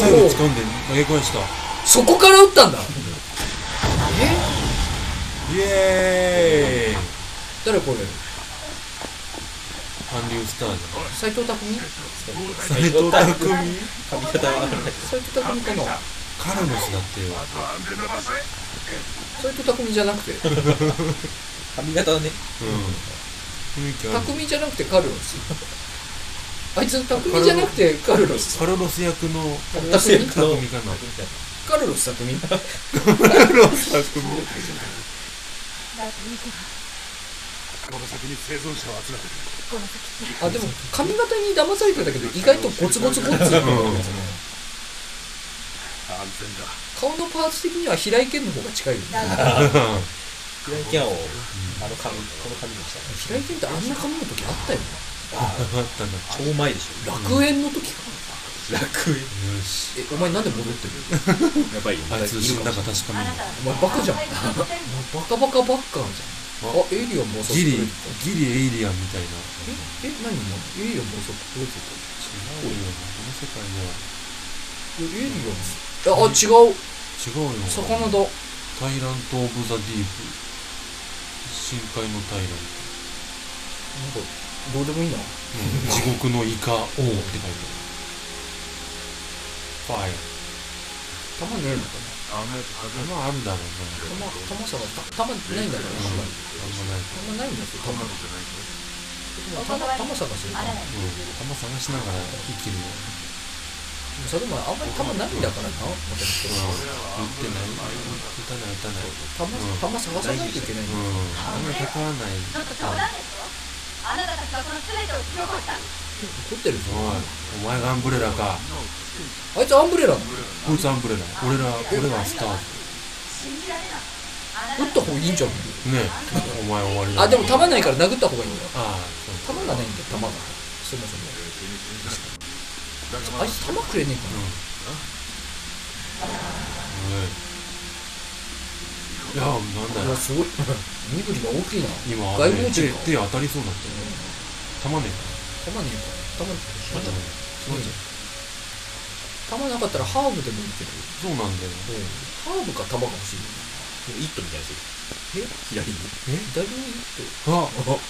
B: サイル打ち込んで投げ込んした
C: そこから撃ったんだえ
B: イエーイ
C: 誰これ
B: 韓流スターじゃ
C: 斎藤匠
B: ん斎藤工
A: 髪型は
C: 斎藤匠かな
B: カルロスだってよ
C: 斎藤匠じゃなくて
A: 髪型はね
B: うん雰囲気ある
C: 匠じゃなくてカルロ スあいつ匠じゃなくてカルロス
B: カルロス役の
C: 匠
B: 匠かな
C: カルロス匠
B: カルロス匠
C: あでも髪型に騙されてたけど意外とゴツゴツゴ
B: う
C: ツ
B: ん
C: 顔のパーツ的には平井堅の方が近いよね
A: 平井堅をあの髪この髪にしたの
C: 平井堅ってあんな髪の時あったよね
A: あ
B: あったんだ
A: 超うまいでしょ
C: 楽園の時か
A: 楽園
B: よし
C: えお前なんで戻ってるの
D: やばいよ
B: あいつ死んだか確かめる
C: お前バカじゃんお前バカバカバッカーじゃんあエイリアンも
B: ギリ
C: え
B: ギリエイリアンみたいな
C: え何今エイリアンも遅く
B: 違う
C: て
B: よこ
C: いやエイリアンあ違う
B: の世界では違うよ
C: 魚だ
B: タイラント・オブ・ザ・ディープ深海のタイラント
C: なんかどうでもいいな
B: 地獄のイカ王って書いてあるはい
C: 玉ねえのか
B: まああるだろう
C: な
B: ね
C: 玉玉さがた玉ないんだから
B: うんあんまない
C: 玉ないんだよ玉玉玉探してるから
B: うん玉探しながら生きるよ
C: それもあんまり玉ないんだからな私
B: うん
C: は
B: 打ってない打たない打たない
C: 玉玉探さないといけないんだよ
B: うんあんまりかからない
F: ちょっと冗談ですよあなたたちがこの全てを引き起こした
C: 怒ってるぞ
B: おいお前がアンブレラか
C: あいつアンブレラなの
B: こいつアンブレラ俺ら俺はスター
F: 信じられないあなた
C: 打った方がいいんじゃん
B: ねえお前終わりだ
C: あでも弾ないから殴った方がいいんだよ
B: ああそう
C: 弾がないんだよ弾がそもそもあいつ弾くれねえか
B: いやなんだ
C: ないや
B: よ
C: すごい 身振りが大きいな
B: 今
C: 外
B: ね
C: 国人
B: 手
C: か
B: 手当たりそうだったよ玉ね
C: 弾ねえか弾
B: えか
C: すごいじゃん弾なかったらハーブでもいいけど
B: そうなんだよ
C: ハーブか弾が欲しいよ
A: イットみたいな人
D: 左に
C: 左にイ
B: あ
C: ット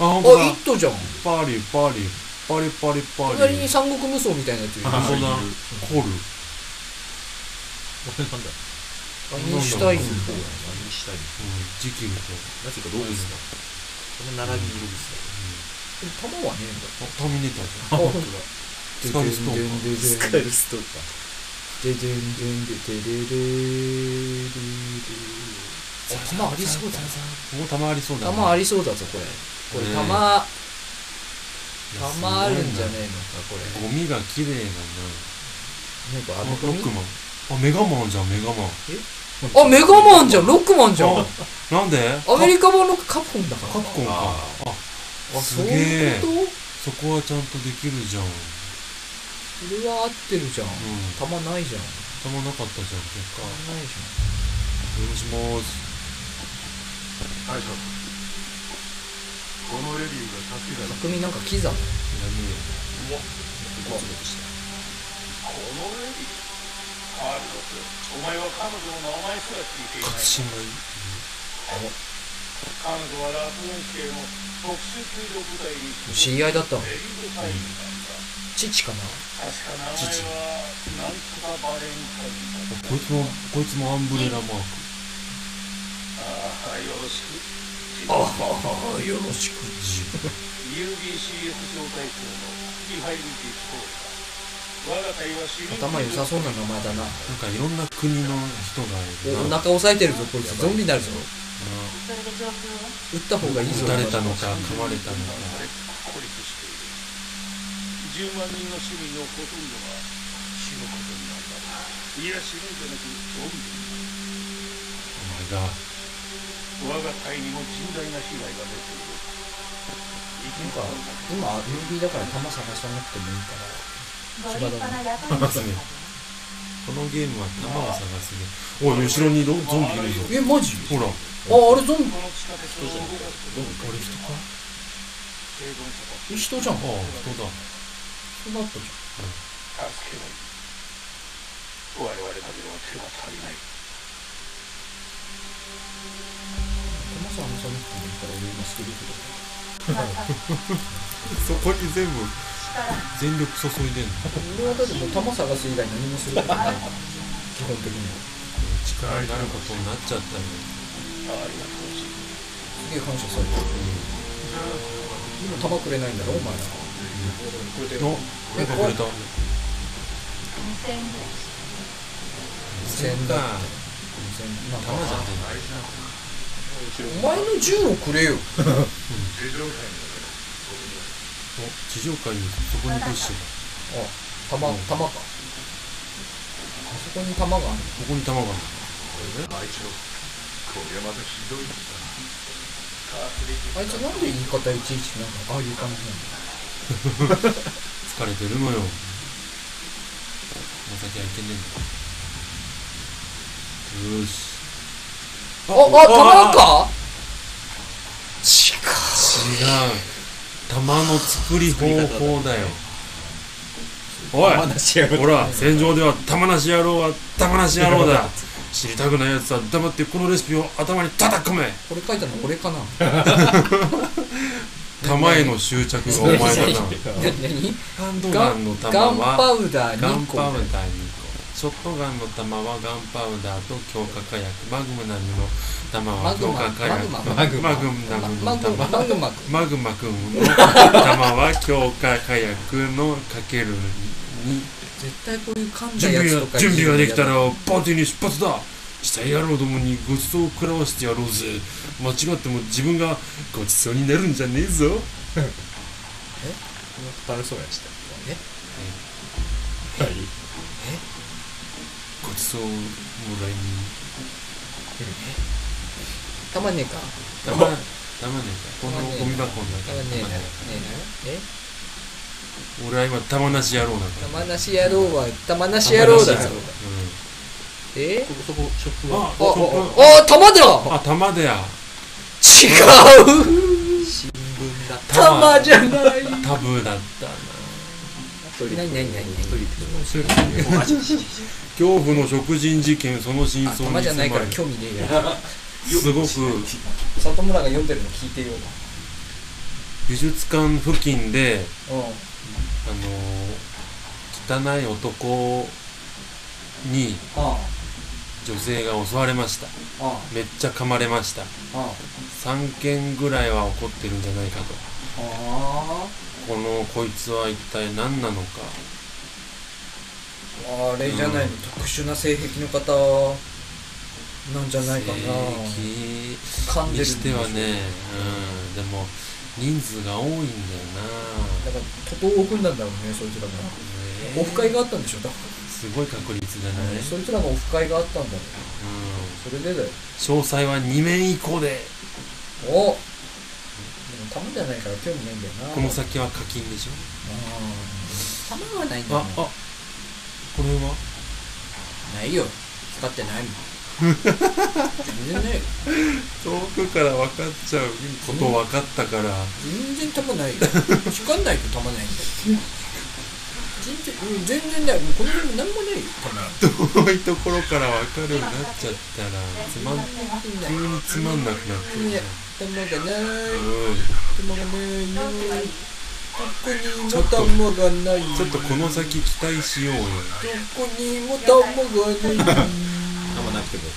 B: あほんと
C: あ
B: だ
C: イットじゃん
B: パリパリパリパリパリ
C: 隣に三国無双みたいなやついる
B: あ
C: あ
B: そんなコール
A: 俺なんだ
C: インシュタインの方や
A: 何したいの
B: 時期みたい
A: なぜか動物だこの並びに動物だ
C: でも弾はねえんだ
B: なあターミネーターじ
C: あ、本当だ。
B: スカルストーカー
A: スカイルストーカー
C: でででんででででであ、弾ありそうだな。
B: ゃんもう玉ありそうだ
C: 弾あ
B: り
C: りそうだぞ、これ。これ
B: ねえ
C: 弾、弾あるんじゃねえのか、こ
B: ゴ
C: れ。
B: ミが綺麗だ
C: なんか
B: な
C: あ
B: あ
C: の
B: ロックマンあメガマンじゃんメガマン
C: あ、メガマンじゃん、ロックマンじゃん。
B: あなんで
C: アメリカ版のカプコンだか
B: カ
C: ら。
B: プコンかあ
C: あ、
B: す
C: そう
B: げ
C: い
B: え
C: うこ
B: そ
C: と
B: こはちゃんとできるじゃんうん
C: これは合ってるじゃん。弾ないじゃん。
B: 頭なかったじゃん結果
C: 弾ないじ
B: もしもーす
G: 大将このレビューが助け
C: ゃん。
G: だな
C: 匠なんかキザ
B: や
C: だ。
B: めよ
A: ゴツゴツした
G: このレビューカールロスお前は彼女の名前すら聞いていない
B: 確信がいい
G: 彼女はラトゥーン系の特殊救助部隊に所属
C: 知り合いだったの。
G: エリート隊員なんだ
C: 父かな。
G: 確か名前はなんとかバレンタインだ
B: あこいつもこいつもアンブレラマーク
G: ああよろしく
C: ああ、よろしく。
G: UBCS 招待校のリハイル劇講座我が隊は主任
C: 頭良さそうな名前だ
B: な
C: な。
B: んかいろんな国の人がいる
C: お
B: な
C: 腹押さえてるぞこいつゾンビになるぞ
F: それで状況は
C: 打った方がいいぞ
B: 撃たれたのか噛まれたのか
G: 孤立している10万人の市民のほとんどが死ぬことになるだろういや死ぬんじゃなくゾンビに
B: お 前が
G: 我が隊にも甚大な被害が出ている生き残るだ
C: 今
G: け
C: MB だから弾探さなくてもいいから
F: ご立派な役に立つ
B: そうね
F: はず
B: このゲームは弾を探すゲームおい後ろにロゾンビいるぞ
C: えマジ
B: ほら
C: ああれゾンビ
G: この地下鉄を動かすと
C: あれ人か
G: 停電し
C: え
G: た
C: 人じゃん
B: あ
C: あ
B: あ人だ
C: 人だったじゃん
G: 助けない我々だけでは手が足りない
C: このさあのさ見てもいいから今してるけ
B: そこに全部
F: 力
B: 全力注いでんの
C: ど俺はだってもう玉探す以外何もすることない基本的には
B: 力になることになっちゃったよ
G: ありがとうジ
C: す
G: ン
C: げえ感謝されてる今玉くれないんだろお前ら
B: おなんかくれた
F: 2000円ぐらい
C: 千
B: 線
C: だ
B: だ
C: 全然なんか
B: 玉じゃん
C: お前の銃をくれよ
B: お地上界にそこに物資が
C: あ玉玉かあそこに玉がある
B: ここに玉がある
C: あいつなんで言い方いちいちなんかああいう感じなんだ
B: 疲れてるのよお酒はいけねえんだよーし
C: ああ玉か違
B: 違
C: う
B: う玉の作り方法だよおいほら戦場では玉なし野郎は玉なし野郎だ知りたくないやつは黙ってこのレシピを頭に叩くめ
C: これ書いたの俺かな
B: 玉への執着がお前だな
C: 何
B: ハンド
C: ガ
B: ガンの
C: ン
B: 玉
C: ガンパ
B: は
C: ウダー
B: ガン
C: 2個
B: パウダー2個ショットガンの玉はガンパウダーと強化火薬マグナムの玉
C: マ
B: は
C: グ
B: 強
C: マ
B: 化火薬
C: マ
B: マグナム
C: マ
B: の
C: グ
B: 玉
C: ママグマ
B: マグマ君の玉は強化火薬のかけるに
C: 絶対こういう噛ん
B: 準
C: だや
B: 備
C: つと
B: が
C: か
B: 準備ができたらパーティーに出発だ死体野郎どもにごちそうを食らわしてやろうぜ間違っても自分がごちそうになるんじゃねえぞ
A: 楽しそうやした
C: え
B: ごちそうをもらいに
C: 玉ねえか
B: たまたまねえかこのゴミ箱の中
C: 玉ねえ
B: に
C: な
B: たまね
C: ねえ
B: え
C: なえ
B: 俺は今玉なし野郎なんだ
C: 玉なし野郎は玉なし野郎だぞ
B: う
C: え
A: そこそこショップ
B: ん
A: は
B: あ
C: あ
B: あ
C: ああ玉だ
B: あ玉だよ
C: 違う
A: 新聞だ
C: 玉じゃない
B: タブーだったな
C: 何何何何
B: 恐怖の食人事件その真
C: あ
B: 相
C: 玉
B: に
C: じゃ
B: 迫
C: ないから
B: る
C: 興味ねえよ
B: すごく
C: 里村が読んでるの聞いてよ
B: 美術館付近で
C: う
B: あのー汚い男に
C: んあ
B: 女性が襲われました
C: ああ
B: めっちゃ噛まれました
C: あ
B: 3件ぐらいは起こってるんじゃないかと
C: あ
B: このこいつは一体何なのか
C: ああれじゃないの、
B: うん
C: 特殊な性癖の方なんじゃないかな
B: 正
C: 噛ん
B: 規
C: でる
B: にしてはね
C: だ
B: うんでも人数が多いんだよな
C: から徒党を組んだんだろうねそいつらが
B: ね
C: オフ会があったんでしょだか
B: すごい確率じゃ
C: ら、
B: ない、うん、
C: そいつらがオフ会があったんだろうそれでだよ
B: 詳細は2面以降で
C: おでも玉じゃないから興味ないんだよな
B: この先は課金でしょ
C: あー玉はないんだよ
B: あ
C: ね
B: あこれは
C: ないよ光って ないもん全然ないよ
B: 遠くから分かっちゃうこと分かったから、
C: 全然玉 ないよ光んないと玉ないんだよ全然うん全然ないもうこの辺も何もないよ
B: 遠いところから分かるようになっちゃったらつまん
C: 玉ない
B: 急につまんなくなってる
C: ね玉がない
B: うん
C: 玉がないよどこにも玉がない
B: ちょっとこの先期待しようよ
C: どこにも玉
A: あ
C: がない
A: んまなくてもよ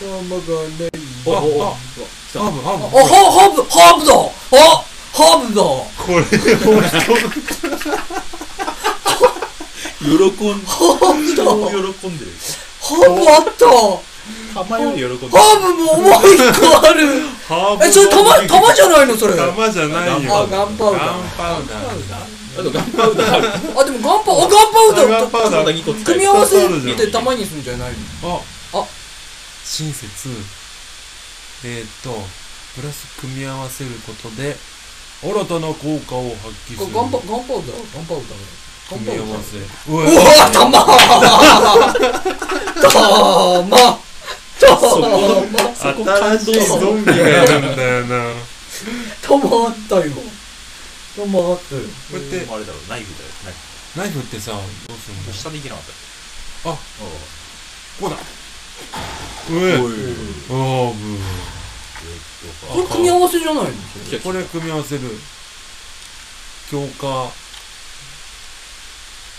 C: 玉がない
B: あああハーブ
C: あ、
B: ハー
C: ハーブ、ハーブだあ、ハーブだ
B: ブこれを
A: 喜んで
C: ハーブだ
A: 喜んでる
C: ハーブあった
A: 玉より喜んでる
C: ハーブももう一個ある
B: ハーブ
C: え、それ玉、玉じゃないのそれあ、
B: 玉じゃないよ
C: あガンパウダー
B: ガンパウダーだ
A: あとガンパウダーある
C: でもガンパ、あ、ガンパウダ
B: ガ
C: ー
B: ンパウダー
A: 2個使える
C: 組み合わせって玉にするんじゃないの
B: あ
C: あ
B: 親切えっ、とプラス組み合わせることで新たな効果を発揮す
C: こ
B: る
C: れガンパ、ガンパウダーガンパウダー
B: 組み合わせ
C: うわたまたまたま
B: そこ感動ゾンビがいるんだよ な
C: たまったよたまったよ
B: こうやって
D: でもあれだろうナイフだよナイフ
B: ナイフってさどうするんだ
D: 下でいけなかった
B: あ
D: あ
B: こうだうえ
D: おいおいおい
B: おーぶ
C: これ組み合わせじゃないの
B: ーこれ組み合わせる強化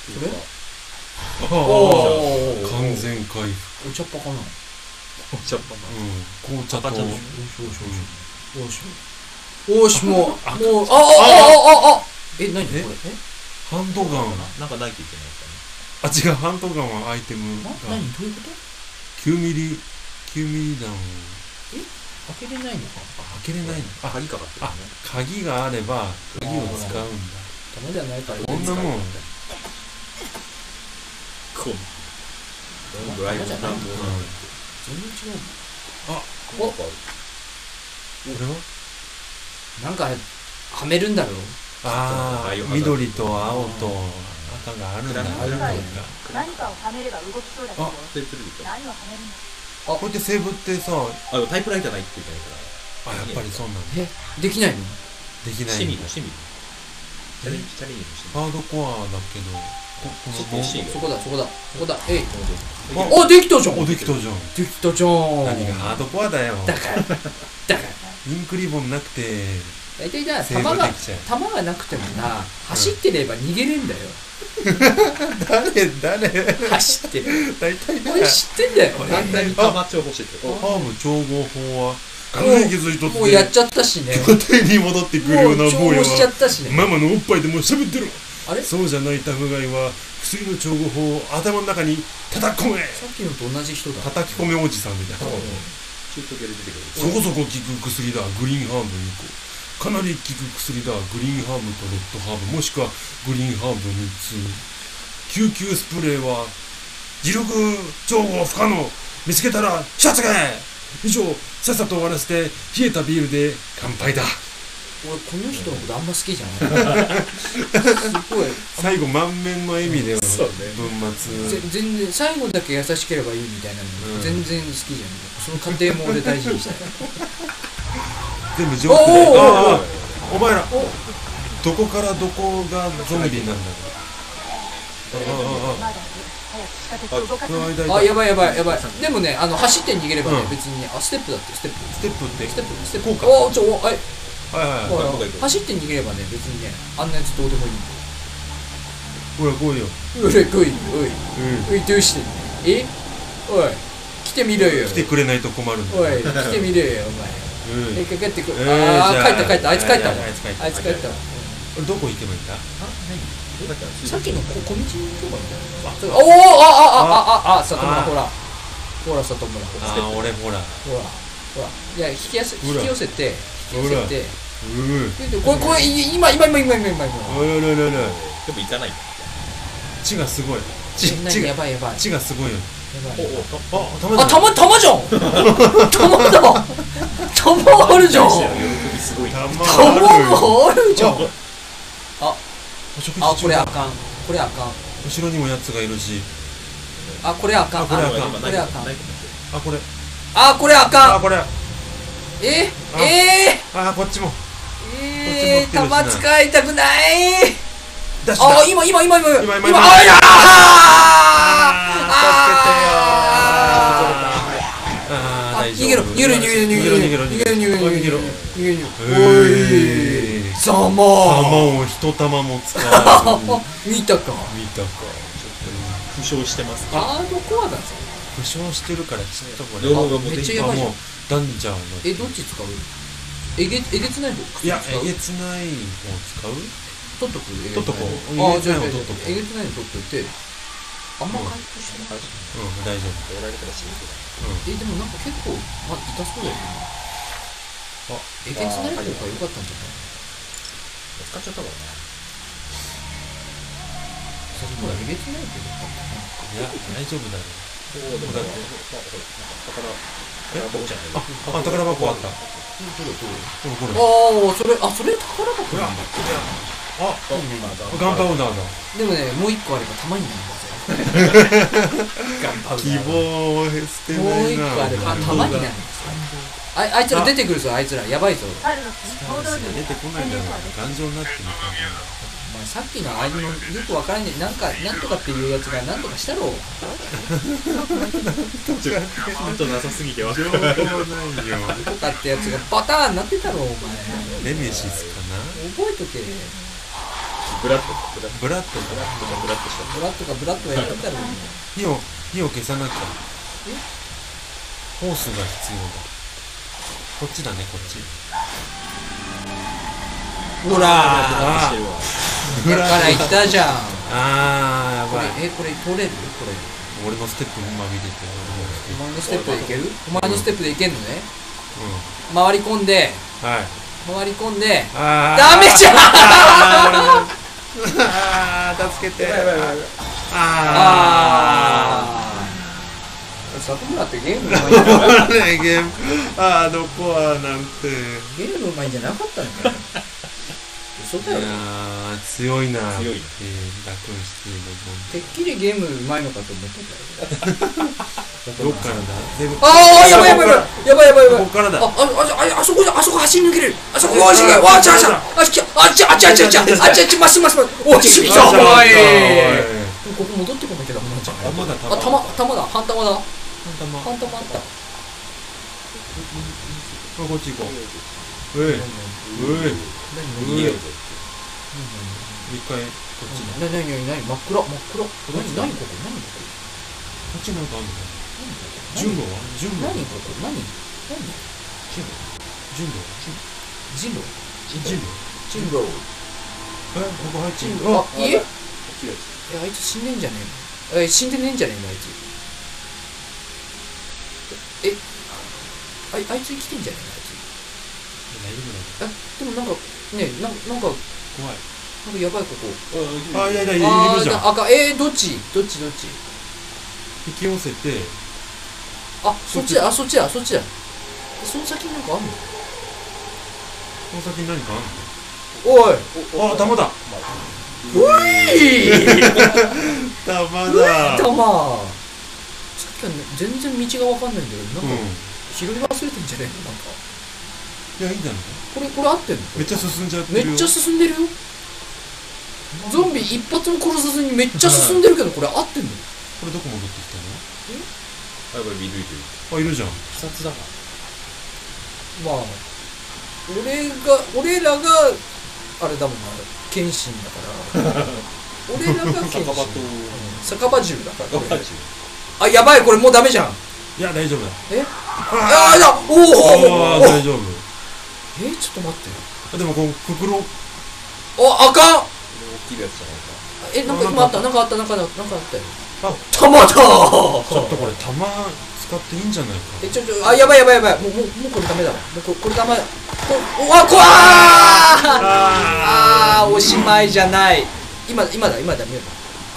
C: それ
B: あ
C: お
B: ー完全回復
C: お茶っ葉かな
D: お茶っぱ
B: うん紅茶と
D: 赤ちゃんの
C: よしおしもうああああああえ何これ
B: ハンドガン
D: ななんかないといけないか
B: あ
D: らね
B: 違うハンドガンはアイテムが
C: 何どういうこと
B: 9ミリ9ミリ弾を
C: 開けれないのか
B: 開けれないの
D: あ鍵かかってるね
B: 鍵があれば鍵を使うんだ
C: ダメじゃないから
B: こんなもん
D: こうドライブ
C: じゃ
D: の
C: ない
D: 乱暴な
C: 全然違う
B: これは
C: なんかはめるんだろう
B: ああ緑と青と赤があるんだ
D: 暗
B: あるんだ
F: い何かをはめれば動きそうだけど
B: あ
D: テーブルで
F: 何をはめるんです
B: こうやってセーブってさあ
D: あでもタイプライターないといけないから
B: やっぱりそうなんだ
C: えできないの
B: できない
D: シミ
B: んだ
D: のシミのチャレンジチャレンジのシミ
B: ハードコアだけどここ
D: そ
B: の
D: こシミ
C: そこだそこだそこだえい
B: あ
C: あできたじゃん
B: お
C: で
B: できたじゃん
C: きたじゃん
B: 何がハードコアだよ
C: だからだから
B: インクリボンなくて
C: 大体な
B: セ
C: 弾
B: ーブで
C: が
B: きちゃう
C: 弾がなくてもな走ってれば逃げれんだよ
B: 誰誰
C: 走ってる
B: 大体
C: 俺
B: 誰
C: 知ってんだよ
D: 反対に玉帳欲しいって
B: ハ
D: お
B: ーブ調合法は完全に削り取って
C: もうやっちゃったし ね
B: 家庭に戻ってくるよ
C: も
B: う
C: う
B: な
C: 調
B: 坊や
C: 合しちゃっ
B: は
C: たしね
B: ママのおっぱいでも喋ってる
C: あれ
B: そ
C: さ
B: うじゃないタフガイは薬の調合法を頭の中に叩き込め
C: っきのと同じ人だ
B: 叩き込めおじさんみたいな
D: 中途ゲル出てくる
B: そこそこ効く薬だグリーンハーブ2個かなり効く薬だグリーンハーブとレッドハーブもしくはグリーンハーブ3つ救急スプレーは磁力調合不可能見つけたらシャツが以上さっさと終わらせて冷えたビールで乾杯だ
C: 俺この人のことあんま好きじゃな いすごい
B: 最後満面の笑みで文末
D: うね
C: ぜ全然最後だけ優しければいいみたいなの、
B: うん
C: 全然好きじゃないその過程も俺大事にしたい
B: 全部ジョーク
C: お
B: で
C: ー
B: ああお前らどこからどこがゾンビなんだろうあああああ
F: まだ早く地下鉄を動か
B: あ
F: す
B: この間いた
C: あやばいやばいやばいでもねあの走って逃げればね、
B: うん
C: 別にねあステップだってステップ
B: ステップって
C: ステップステップ
B: こうか
C: おーちょおはい
B: はいはいはい
C: おいお
D: こうか
C: い
D: こうか
C: 走って逃げればね別にねあんなやつどうでもいいんだ
B: ほら来いよ
C: ようれ来いおいおいどうしてんのえおい来てみろよ
B: 来てくれないと困るんだ
C: おい来てみろよお前
B: うん
C: えかかってこい、
B: えー
C: あ
B: じゃあ
C: あ帰った帰ったあいつ帰ったわ
B: いやいやあいつ帰った
C: あいつ帰ったわ
B: 俺どこ行けばいいんだ
C: さっきのこ小道とかみたいなおおーああああああ里村
B: あ
C: ほらほら里村ほら
B: ああ俺ほら
C: ほらほらいや引きやす
B: ほ
C: 引
B: ら
C: き寄せて引き
B: ほら
C: 寄
B: う
C: せて
B: ん
C: でこれこれい今今今今今今今
B: あらららら
D: でも行かない
B: 血がすごい血
C: 何
B: 血
C: や
B: が
C: ばいやばい
B: 血がすごいよ
C: やばい
D: お
B: あたま
C: あ
B: た
C: たまたまじゃんたまだたまあるじゃんた
D: 喜びすごい
B: ま
C: まがあるじゃん
B: あお食
C: あ
B: 事中
C: これあ
B: だ
C: かんこれあかん
B: 後ろにもやつがいるし
C: あこれあかん
B: あこれあかん
D: 今
C: こ
D: ナイ
C: れあ
D: フ
C: かん
D: ナイフ
B: あこれ
C: あこれあか
B: あ
C: ん
B: これあ
C: え
B: あ
C: え
B: あこっちも
C: ええ
B: こっち持ってるしな
C: 玉使いたくない
B: 出し
C: あ
B: た
C: ー今今今今今
B: 今今
C: 今
B: 今
C: 今あいやー
B: ああー
C: あーあ
B: 大丈夫
C: 逃げろ逃げろ逃げろ逃げろ
B: 逃げろ逃げろ
C: 逃げろ逃げろ
B: あ
C: 逃げ
B: 逃げ
C: ろ
B: ろ
C: お
B: え
C: い
B: ー
C: ざまー
B: 弾を一玉も使わずに
C: 見たか
B: 見たか
D: 負傷してます
C: ハードコアだぜ
B: 負傷してるからちょっとこれ
D: 両方がもう
C: めっ
D: で
C: ち
D: き
C: ゃや
D: て
B: あ
C: ばいじゃ
B: も
C: ん
B: うダンジャーの
C: えどっち使うえげえげつない方
B: いやえ
C: え
B: げつない方使う
C: 取っとくえげつない
B: 取っとこう
C: あ
B: え
C: ー
B: げつない方取っとこううん
C: じゃあじゃあじゃあえげつないの取っといてあんま回復してない
B: 大丈夫
D: おられたら死ぬ
C: えでもなんか結構あ痛そうだよね
B: あ
C: えげつない方が良かったんじゃない
D: 使っちゃったもんね
C: それもえげつないけど
B: いや大丈夫だよ
D: おおでもだって宝宝箱じゃないよ
B: あ宝箱あった
C: どれ
B: うん
C: どれ
B: これ
C: ああそれあそれ宝箱なんだ
B: ガンパウダーだ
C: でもねもう一個あればたまになるんですよ
B: 希望を捨て
C: も
B: な
C: う
B: い
C: 一
B: な
C: 個あればたまになるんですよあいあいつら出てくるぞあいつらやばいぞ
F: 春の日報道
B: 出てこないんだろう頑丈になってるのか
C: お前さっきのあいのよくわからんねなんかなんとかっていうやつがなんとかしたろう
A: ヒントなさすぎてわか
B: 情報ないよ
C: とかってやつがバターンなってたろお前
B: ネメシスかな
C: 覚えとけ
A: ブラッとブラッ
B: ブラッドだ
A: とブラッとし
C: ブラッドがブラッドがやってたろ
B: 火を火を消さなきゃホースが必要だこっちだねこっち
C: ほ
A: たし
C: ら
B: あ
A: てるわ
B: ブ
C: だ
B: ラ
C: から言ったじゃん
B: あーや
C: こ
B: ばい
C: れえこれ取れるこれ
B: 俺のステップ今見てて
C: お前のステップでいけるお前のステップでいけんのね
B: う
C: 回り込んで
B: んはい
C: 回り込んで
B: あー
C: ダメじゃん
B: あー助けてあ
C: ああ里村ってゲームうまいんじゃな
B: ーあれゲームあーどこはなんて
C: ゲームうまいんじゃなかったのかよ嘘
B: い
C: だ
B: や
C: よ
B: ー強いな
A: 強いな
B: えーダクンシティの
C: てっきりゲームうまいのかと思ってたよ
B: ボンどっからだ全部
C: ああやばいやばいやばいやばいやばいやばい
B: ここからだ
C: あああああそこだあそこ走り抜けれるあそこ走り抜けるわあちゃあちゃあちゃあちゃあちゃあちゃあちゃあちゃあちゃあちゃますますますおちびちゃおいここ戻ってこなきゃダメなんじゃない
B: あまだ
C: あ玉玉だ半玉だ半玉あった
B: こっち行こうういういう
C: 何
B: うい一回こっちだ
C: 何何何何真っ暗真っ暗何何ここ何こ
B: こ
C: こ
B: っちなんかあんのかな順路は順路
C: 何ここ何何
B: 順路
C: 人狼
B: 順路
C: 人狼
B: えここ入っていい
C: あいええあいつ死んでんじゃねえのえ死んでねえんじゃねえのあいつえあいあいつ生きてんじゃね
B: 大丈夫だ
C: えのあいつえでもなんかねえなんかなんか
B: 怖い
C: なんかやばいここ
B: あいやいやいる
C: あ
B: じゃん
C: あ赤えー、どっちどっちどっち
B: 引き寄せて
C: あそっちだあそっちだそっちだえその先になんかあんの
B: この先に何かあんの
C: おい
B: あ、玉だ。玉
C: た
B: だ。
C: まさっきからね全然道がわかんないんだけど
B: うん。
C: なんか拾い忘れてんじゃねえのなんか
B: いや、いいんじゃない。
C: これこれ合ってんの
B: めっちゃ進んじゃって
C: め
B: るよ。
C: っちゃ進んでるよゾンビ一発も殺さずにめっちゃ進んでるけどこれ合ってんの
B: これどこ戻って
A: あやばいビルいる
B: きたの。あ、いるじゃん。
A: 自殺だな
C: まあ俺が俺らがあれだもんな謙信だから俺らが謙
A: 酒
C: 信
A: 場と
C: 酒場銃だから
A: ガバチ
C: あやばいこれもうダメじゃん
B: いや、大丈夫だ。
C: え
B: あ
C: ああだおーお
B: あー、
C: ーおーおー
B: 大丈夫。
C: えちょっと待って
B: あでも、この袋。
C: ああかん
A: 大きいやつじゃないか
C: えなんか今あったなんかあったなんかあったなんかあったよ
B: あ
C: たまた
B: ちょっとこれ、玉使っていいんじゃない
C: え
B: か。
C: ちょちょあやばいやばいやばいもうもうもうこれダメだわもうここれダメだこうわこわあーあーおしまいじゃない今今だ今だ見よう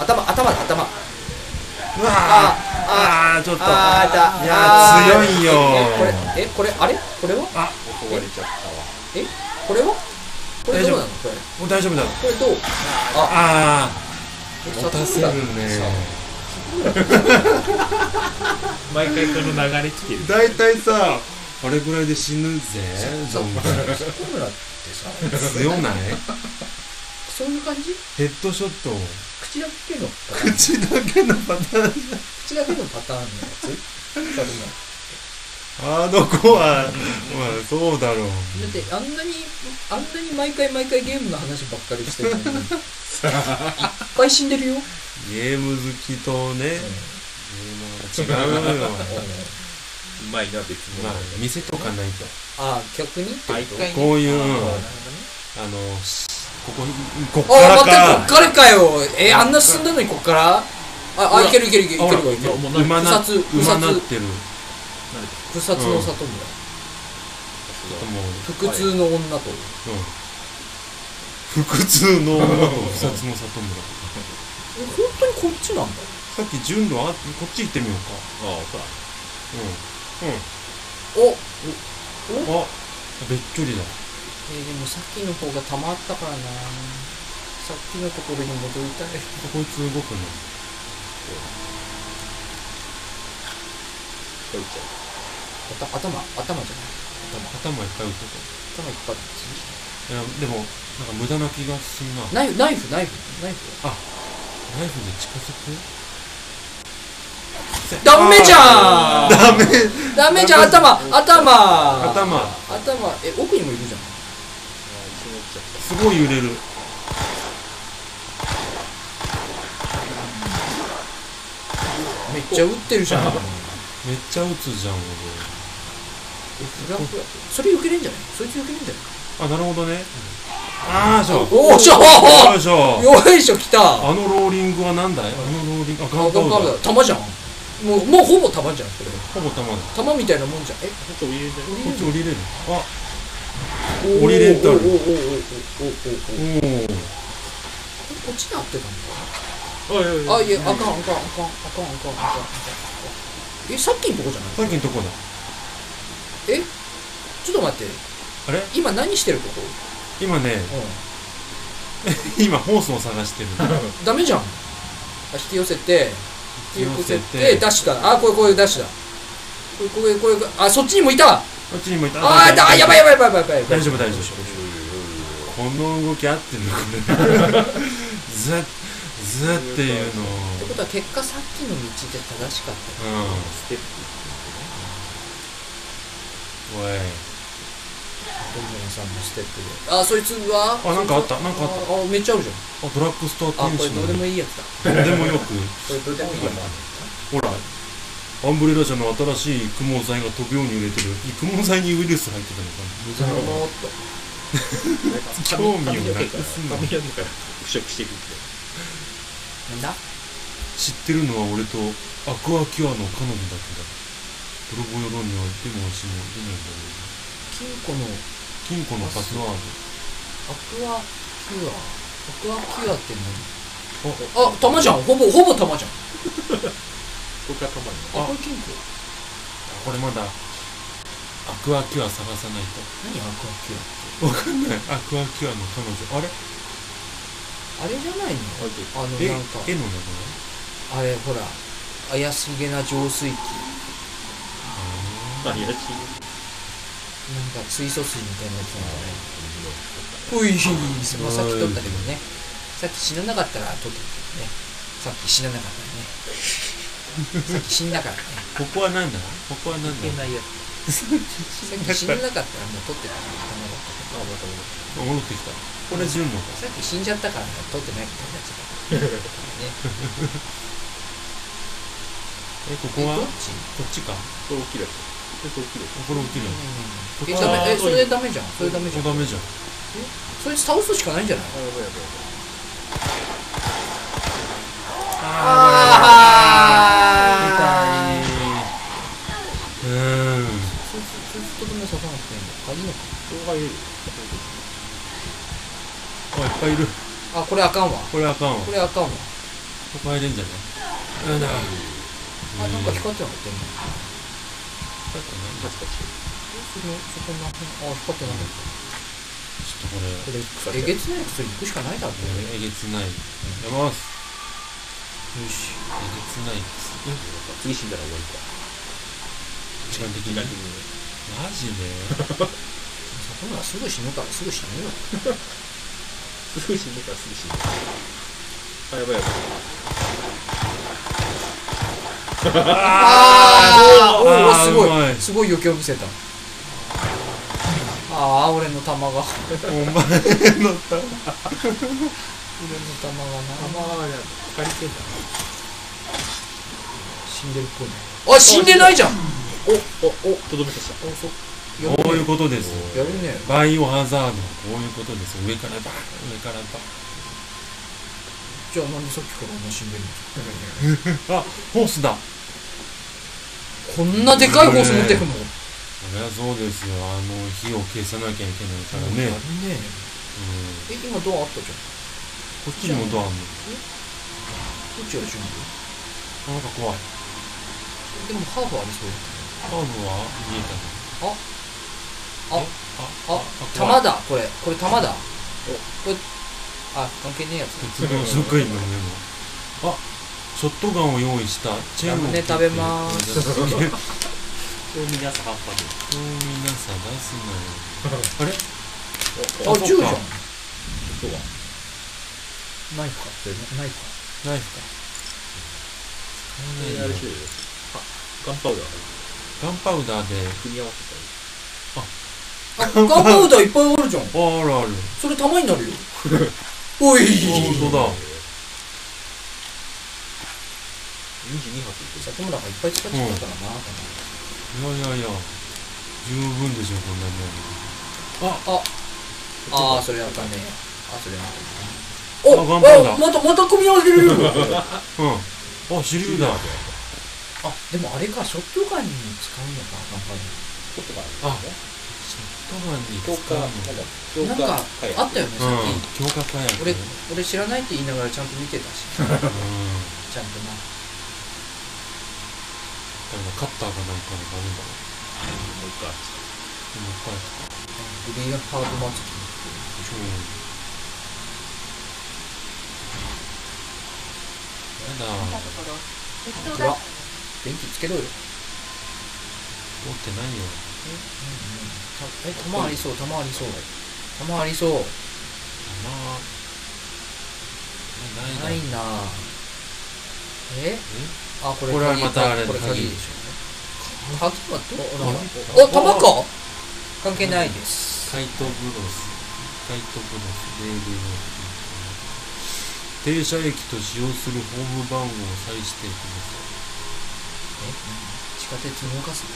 C: 頭頭だ頭
B: うわ
C: あ
B: あ。
C: あ
B: あーちょっと。
C: あーだ
B: いや
C: あー
B: ー、強いよ
C: えこれ
B: ー。
C: えこれあれこれは
A: 壊れちゃったわ
C: えこれはこれどうなの
B: 大丈
C: これ
B: もう大丈夫だ。
C: これどう
B: あ
C: え
B: あ。持たせるね。
D: 毎回この流れ来てる
B: だいたいさ。あれぐらいで死ぬぜ。ゾンビ
C: 里村ってさ
B: 強ない。
C: そういう感じ
B: ヘッドショットを。
C: 口だけのパターン
B: 口だけのパターン
C: 口だけのパターンのやつ里村
B: あの子は、まあ、そうだろう。
C: だってあんなにあんなに毎回毎回ゲームの話ばっかりしてるのにいっぱい死んでるよ、
B: ゲーム好きとね、違うよ。
A: うまいな別に
B: まあ、見せとかないと。
C: ああ逆にってこと
B: こういう、あの、ここ、こっから
C: ああまたこっ
B: か、
C: からかよえー、あんな進んだのにこっからああいけるいけるいけるいけるわいける
B: 馬な、
C: 不殺不
B: 馬
C: 殺
B: なってる。
C: 不殺の里村、
B: もう、
C: 腹痛の女と
B: うん。腹痛の馬と不殺の里村。
C: え本当にこっちなんだ
B: さっき順路あ、こっち行ってみようか。
A: ああそう
C: おえ
B: うん。あ、べっちょりだ。
C: ー、でもさっきの方がたまったからなさっきのところに戻りたい
B: こいつ動くね
A: こいっちゃ
C: 頭頭頭じゃない
B: 頭いっぱい打って
C: 頭いっぱい
B: たいやでもなんか無駄な気がするな
C: ナイフナイフナイフナイフ
B: ナイフに近づ
C: ダメじゃんダメダメじゃん頭
B: く
C: 頭
B: 頭
C: 頭え奥にもいるじゃん
B: すごい揺れる
C: めっちゃ打ってるじゃん
B: めっちゃ打つじゃん俺
C: フラフラそれ避けれんじゃないそいつ避けれんじゃな
B: あなるほどね、ああーそう
C: いおおしょ
B: よいしょ
C: よいしょ来た
B: あのローリングはなんだいあのローリングあガ
C: あ
B: ンダ
C: ガン
B: ム
C: ガ
B: だ
C: ンだ弾じゃんもうもうほぼ弾じゃんそれ
B: ほぼ玉だこ
C: 弾みたいなもんじゃ
B: っ
C: んえ
B: ち降りれるあ
C: おー
B: オリエンタル
C: おーおーおーおーおー
B: お
C: おーおー
B: ー
C: こっちに合ってた
B: あ
C: の
B: いやいや
C: あいやあかんあかんあかんあかんあかんあかんえさっきのとこじゃ
B: さ
C: な
B: っ
C: い
B: きのとこだ
C: ちょっと待って
B: あれ
C: 今何してるここ
B: 今ね
C: う
B: 今ホースを探してる
C: んダメじゃんあ引き寄せて引き寄せ
B: 引き寄せ
C: て
B: て
C: ダッシュだあこれこれダッシュだこれこれこれこれあそっちにもいたあ
B: こっちにもいた
C: ーだあやばいやばいやばいやばいやばい
B: 大丈夫大丈夫この動き合ってるのねずっずっていうの
C: ってことは結果さっきの道で正しかった
B: うんおい
C: 本物さんのステップであそいつは
B: あなんかあったなんかあっ
C: ああめっちゃあるじゃん
B: たあドラッグストア
C: あ
B: 天
C: これ
B: 使の
C: どうでもいいやつだ
B: どうでもよく
C: これどうでもいいやつ
B: ほ
C: だ
B: らアンブレラ社の新しい育毛剤が飛ぶように売れてる育毛剤にウイルス入ってたのかな
C: おーっと
B: 興味をなくすんな
A: 髪の毛から腐食していくって
C: なんだ
B: 知ってるのは俺とアクアキュアの彼女だけだ泥棒野郎には行っても足も出ないんだろ
C: 金庫の
B: う金庫のパスワード
C: アクアキュアアクアキュアって何あ玉じゃんほぼほぼ玉じゃ ん
A: ここがたまに
C: あこれ金庫
B: これまだアクアキュア探さないと
C: 何アクアキュ
B: わかんないアクアキュアの彼女あれ
C: アあれじゃないのあの
B: え
C: なんか
B: 絵の名前
C: あれほら怪しげな浄水器
A: 怪しい
C: なんか水素水みたいなやつなんだねういまあさっき取ったけどねさっき死ななかったら取ってたけどねさっき死ななかったねさっき死んだ からね
B: ここは何だここは何だ
C: ないやつさっき死ななかったらもう取ってたからね
B: あ戻ってきたこれ順のか
C: さっき死んじゃったからね取ってないみたいなやつだ
B: えここ
C: から
B: は
C: ねえどっ
B: こ
C: ち
B: っちか
A: これ起きるやつこれ起きるや
B: これ起きる
C: え
B: ここ
C: ダ
B: は
C: メえそれダメじゃんそれダメじゃん
B: ダメじゃん
C: それ倒すしかないんじゃない
A: つあやばいやばい
B: うーん
C: ああそいつそいつとどめ刺さなくていいんだあいいのか
B: あいっぱいいる
C: あこれあかんわ
B: これあかんわ
C: これあかんわ
B: ここ入れんじゃないうんだ
C: あなんか光ってなかった今
A: パチパチ
C: そのそこの辺あ光ってなかっ
B: ちょっとこれ
C: たこれえげつない薬行くしかないだろうね
B: えげつないやます
C: よし
B: えげつないです
A: 次死んだら終わりか
B: 時間的にマジで
C: 里村すぐ死ぬからすぐ死ぬよ
A: すぐ死んだからすぐ死んだあやばいやばい
C: あーお
B: あーうま
C: ー
B: い
C: すごいすごい余興見せたああ俺の玉が
B: お前のた
C: 俺の玉がな
A: ああやばい借りてんだ
C: 死んでるっぽいねあ死んでないじゃん
A: おおおとどめ刺した
C: おそや
B: こうい
C: る
B: う
C: ね
B: ことです
C: やるね
B: バイオハザードこういうことです上からバーン上からバー
C: じゃあなんでさっきからお前死んでる
B: ン
C: の
B: あホースだ
C: こんなでかいホース持ってくの
B: そりゃそうですよあの火を消さなきゃいけないからね、うん、
C: やるねえ今ドアあったじゃん
B: こっちにもドアあんの
C: どっちが準備
B: あなんか怖い
C: でもハーフありそう
B: カーブは見えた
C: あ
B: ねああ
C: あ、玉だ、これ。これ玉だ。これ、あ関係ねえやつ
B: 鉄 道職員のメモあショットガンを用意したチェーンを
C: ラムネ食べまー
B: すげ
C: す
B: え
A: これ皆さん葉っぱで
B: 興味なさ出すなよあれ
C: あ銃じゃん
B: そっか
A: そうだ
C: ナイフかナイフかナイフか
A: あれ種類ガンパウダー
B: ガンパウダーで
A: 組み合わせ
C: あガンパウダーいっぱいあるじゃん
B: ああるある
C: それ玉 になるよおい
B: 本当だ
A: たり22発いって
C: 里村がいっぱい使っちゃったからな、
B: いやいやいや十分でしょこんな
C: ああそれあかんねあそれあ
B: あ
C: か
B: 頑
C: ん
B: 張るん
C: ね
B: だ
C: おあまたまた組み合わせれる
B: もんうんあ手榴弾
C: あでもあれかショットガンに使うのかガンパウダー
A: ちょっとか
B: あショットガンに使
A: 強
B: う
A: 化
B: の
A: なん
C: な
A: だ
C: んか
A: 強化
C: あったよねさっ
B: うん強化火
C: き、
B: 薬
C: 俺
B: ね
C: 俺知らないって言いながらちゃんと見てたしちゃんと
B: うんだか
C: な
B: らカッターがないからダメだな
A: もう一回
B: でもいっぱい
C: グリーンハート祭
B: うんやだ
F: たところ鉄道
C: り
F: が
C: 電気つけろよ
B: 持ってないよ
C: たえ弾ありそう弾ありそう弾ありそう
B: まあないな
C: ないい
B: な
C: なぁえあこれ
B: これは
C: 鍵
B: またあれ
C: これ
B: 鍵
C: 鍵でしょ鍵はどうな
B: あ
C: のあ弾か関係ないです
B: カイトブロスカイトブロスレールの停車駅と使用するホーム番号を再指定ください
C: え地下鉄動かすの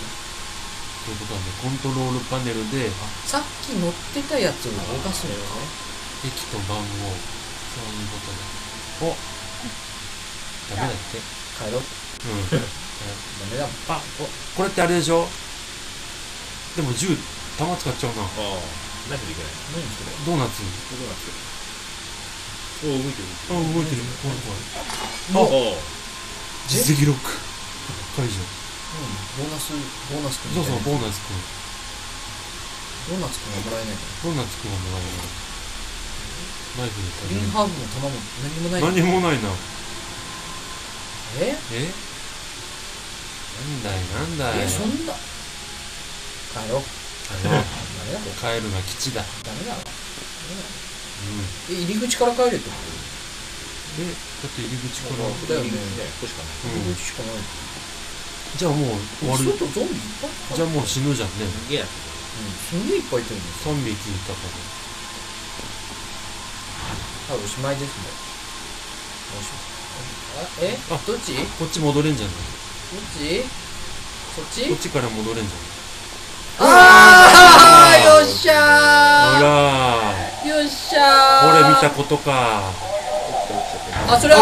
B: ということはねコントロールパネルで
C: さっき乗ってたやつを動かすのよね
B: 駅と番号そういうことだおダメだって
C: 帰ろ
B: う
C: う
B: ん
C: ダメだもん
B: あおこれってあれでしょでも銃弾使っちゃうな
D: ああナイフでいけな
C: 何
D: い
C: それ
B: ドーナツ
D: どうなってるおお動いてる
B: あ動いてる怖い怖い
D: ああ
B: 実績ロック解除
C: うんボーナスボーナスくん
B: そうそう
C: ボ
B: ボーナスくん
C: ーナスくんがもらえないか
B: ど
C: ら
B: んな作りもないな。ナイフで
C: グリーン
B: 食
C: ハーフの弾も何も
B: べる。何もな
C: ない
B: いな。
C: え
B: えなんだいなんだい。
C: えそんな帰ろう
B: あの
C: ダメだろ
B: 帰るが基地だ。
C: ダメだろ
B: うん。
C: え入り口から帰れってこ
B: え、だって入り口か
C: と
B: ら。う
C: だよね
A: これしかない
C: 入り
B: ん。
C: 口しかない
B: じゃあもう終わ
C: 外
B: る。
C: ゾンビいっぱい
B: じ
C: いた
B: ゃあもう死ぬじゃんね。
A: すげえやつ
C: うんすんげえいっぱいいてるんですよ
B: 3匹いたから。
C: 多分おしまいですねおしまいあえ
B: あ
C: どっちどっ
B: こっち戻れんじゃない
C: ちそっ
B: こっち
C: ち
B: から戻れんじゃない
C: あーよっし
B: ほ
C: ゃ
B: ら
C: ーよっしゃー
B: ー。これ見たことか。
C: あそれは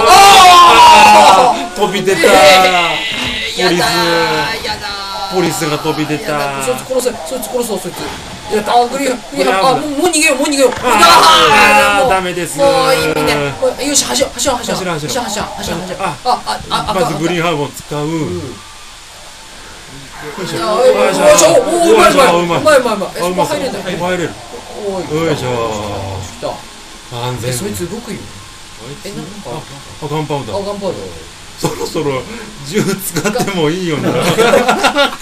B: あ
C: あ
B: 飛び出た
C: ーやだーやだー
B: ポリスが飛び出た
C: やだそいつ殺せそいつ殺そうそいつやったあグリーングリーンあ
B: これ危ない
C: もうもう逃げようもう逃げよう
B: あ
C: も
B: ー
C: う
B: ダメです
C: もう意味ねよし走ろう走ろう走ろう
B: 走ろう
C: 走ろう走ろう走ろう走ろう
B: あ
C: ああああ
B: まずグリーンハーブを使う。
C: ああよいしょよいしょおーうまいうまいうまいうまいうまいえ
B: あ
C: そこ入れんだ
B: 入れる。
C: お
B: よいしょ
C: 来た
B: 安全
C: えそいつ動くよえなんか
B: あ、ガンパウダ
C: あ
B: ー。
C: 頑張る
B: そろそろ銃使ってもいい よな。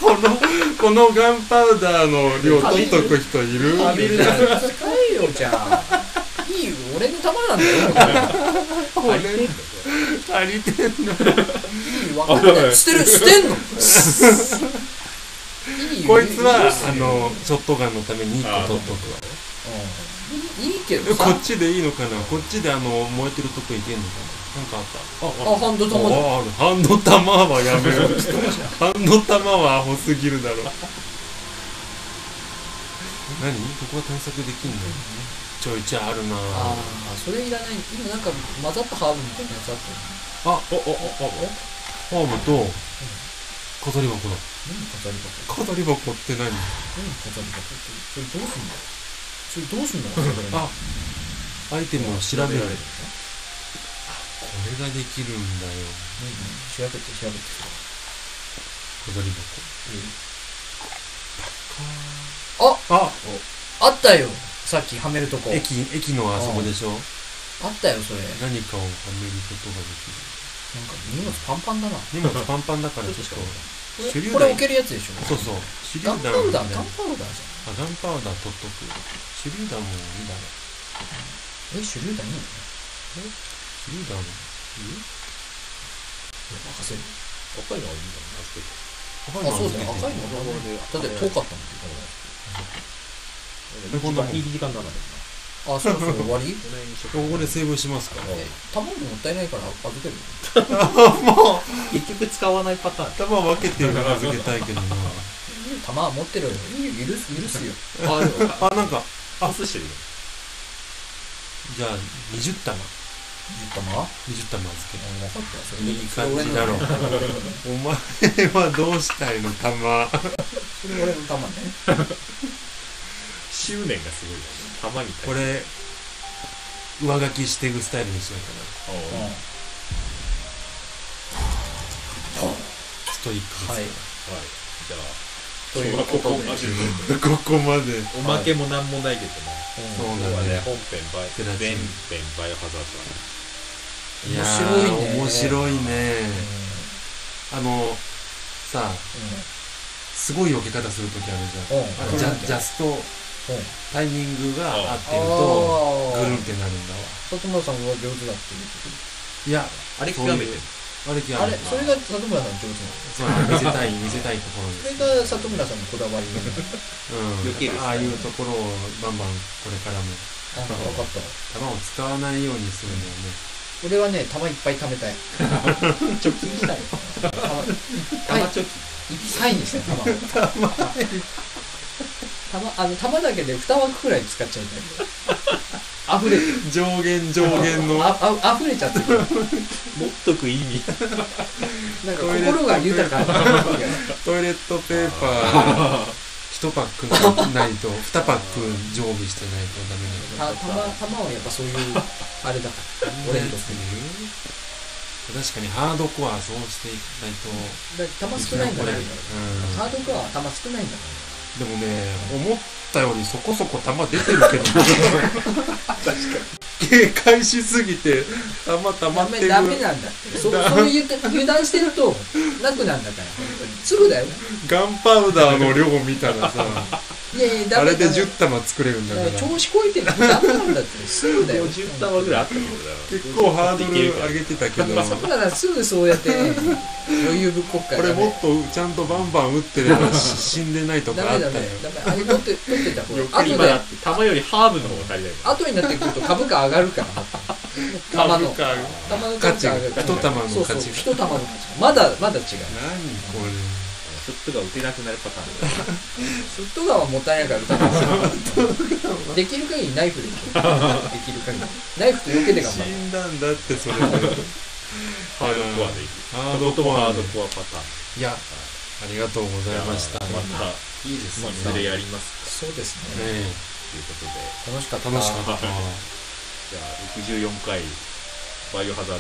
B: この、このガンパウダーの量取っとく人いる
C: 浴びるじゃん使えよじゃあいいよ俺の玉なんだよ
B: これ、足りてんの。
C: いいわかんない捨てる捨てんのいいよ
B: こいつは、
C: 許す
B: あの、ショットガンのために1個取っとくわ。
C: うんいいけ
B: え
C: どさ
B: こっちでいいのかなこっちであの、燃えてるとこいけんのかななんかあった。あ、
C: あハンド玉だ
B: ああるハンド玉はやめろハンド玉はアホすぎるだろ何ここは探索できんのちょいちょいあるな
C: ああそれいらない今なんか混ざったハーブみたいなやつあったよ
B: あ
C: ね
B: おおおおファームと飾り箱だ
C: 何飾り箱
B: 飾り箱って何
C: 何飾り箱ってそれどうすんだそれどうすんだそれ
B: あアイテムを調べるこれができるんだよ
C: 調べて調べて
B: 飾り箱あ
C: あったよさっきはめるとこ
B: 駅駅のあそこでしょ
C: あったよそれ
B: 何かをはめることができる
C: なんか荷物パンパンだな
B: 荷物パンパンだからちょっと
C: これ
B: 手榴弾
C: これ置けるやつでしょ
B: そうそう手
C: ガンパウダー
B: ね
C: ガンパウ
B: あガンパウダ
C: ダーじ
B: ー取っとく手榴弾もいいだね
C: ゃんえ手榴弾いいの
B: 手榴弾も
C: 任せる
A: 赤いのがいいんだろうな、つけて。
B: 赤いの
C: あそうだ
B: 預け
C: よ
B: て
C: 赤いのだって遠かったもん
A: いい時間いい時間だな、でも
C: あ、そうそう、終わり
A: なこの辺にしとく
B: ここでセーブしますから
C: え、卵もったいないから預ける
A: 結局使わないパターン。
B: 頭分けてるから預けたいけどな
C: 玉は持ってるよ。いいよ、許す、許すよ。
A: あ、でも、
B: あなんか
A: パスしてるよ。
B: じゃあ20玉
C: 10玉は
B: 20玉預ける
C: 分かったよ、それで
B: いい感じだろうお前はどうしたいの玉
C: それ俺の玉ね。
A: 執念がすごいよね。たまに対して
B: これ上書きしていくスタイルにしようかな
A: おう
B: ストイック
C: は
A: は
C: い。
A: い。じゃあ、
C: ということで、
A: まで。
B: です、こ
A: お
B: こまで
A: まけもなんもないけどね。
B: そう
A: 今日
B: だ
A: はね、
B: ね
A: 本編バイ、
B: ゼラチン
A: 全編バイオハザードだね。
B: いや
C: 白い
B: ー
C: ね
B: 面白いねあのさあすごい避け方するときあるじゃん
C: うん
B: あのジャジャストタイミングが合ってると
C: あ
B: ぐるんっ
C: あ、
B: てなるんだわ
C: 里村さんは上手だっていう
B: いや
A: あれ
B: そ
A: 極
B: う
A: め
B: いう
A: てる。
B: あれき
C: あれ、それが里村さんの上手なの
B: そう見せたい見せたいところ
C: そ
B: で
C: れ
B: す
C: が里村さんのこだわ りなの。
B: うん
A: 避ける
B: ああいうところをバンバンこれからも
C: あ、分かったわ。
B: 弾を使わないようにするんだよね
C: 俺はね、玉いっぱい貯 めたい。貯金したい。玉いっぱい
A: 玉チョキ。
C: いっぱいにしたい、玉を。玉、あの、玉だけで2枠くらい使っちゃいたい。溢れてる。
B: 上限上限の
C: ああ溢れちゃって
A: 持
C: る。
A: っとく意味。
C: なんか心が豊かな気がする。
B: トイレットペー パー1パックないと2パック常備してないとダメなの
C: た玉、玉はやっぱそういう、あれだから。俺にとってね。
B: 確かにハードコアそうしていかないと
C: だって玉少ないんだから。ハードコアは玉少ないんだか
B: うん、でもね思ったよりそこそこ弾出 てるけど 警戒しすぎて弾溜ま
C: ら。
B: っ
C: ダ
B: て
C: メ、
B: る
C: ダメなんだって。そう、そういう油断してると、なくなんだから。本当にすぐだよ。
B: ガンパウダーの量を見たらさ
C: いやいや、
B: あ
C: ダメ
B: れで
C: だよ
B: 10玉作れるんだ
C: だ
B: か
C: からら調子こいてるのダメなんだって。すぐだよ。
A: 50玉ぐらいあったところだよ。
B: 結構ハードル
A: いけるから
B: 上げてたけど
C: だからすぐそうやって余裕ぶっこっから
B: これ
C: ダ
B: も
C: メ
B: っとちゃんとバンバン打ってればし死んでないとか
C: ダ
B: あ
C: メ
B: った
C: ダ
B: よ
C: メダメあれ取って取ってた方が後
A: 今だ
C: で
A: って、玉よりハーブの方が足りないから。
C: 後になってくると株価上がるから玉の
B: 株価
C: 玉の
B: 価値
C: が
B: が
C: 上がる
B: 一玉の価値
C: そう
B: が
C: そう
B: 何
C: 一玉の価値まだまだ違う
B: これ
A: ショットが打てなくなるパターンだよ。
C: フットガンはもったいないから打たできる限りナイ フでいけできる限りナイフと避けて頑張
B: 死
C: る
B: んだんだってそれでハ
A: ハードコアでいい。
B: ハー
A: と
B: ド
A: こと
B: コ
A: もハ
B: ア
A: ードコアパターン。
B: いやありがとうございました
A: また、ま
B: いいです
A: あ、それやります
C: そうですね
B: ね
A: ということで。
C: 楽しかった
B: 楽しかった
A: じゃあ、64回、バイオハザ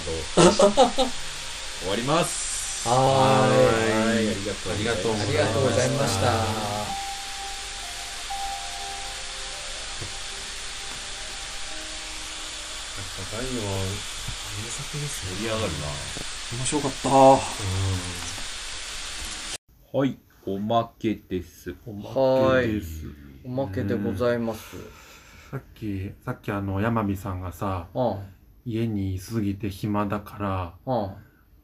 A: ード、終わります。は
C: はーい
A: い、ありがとう
B: ありがとうご
C: あ
B: ざい
C: り
B: ま
C: が
B: す
C: とうございました
B: 高いよ名作ですね
A: 盛り上がる
B: 面白かった
A: な。はい、おまけです。お。
H: まけですおまけでございます。
I: さっき、さっきあの、山美さんがさ、
H: うん、
I: 家にいすぎて暇だから、
H: うん、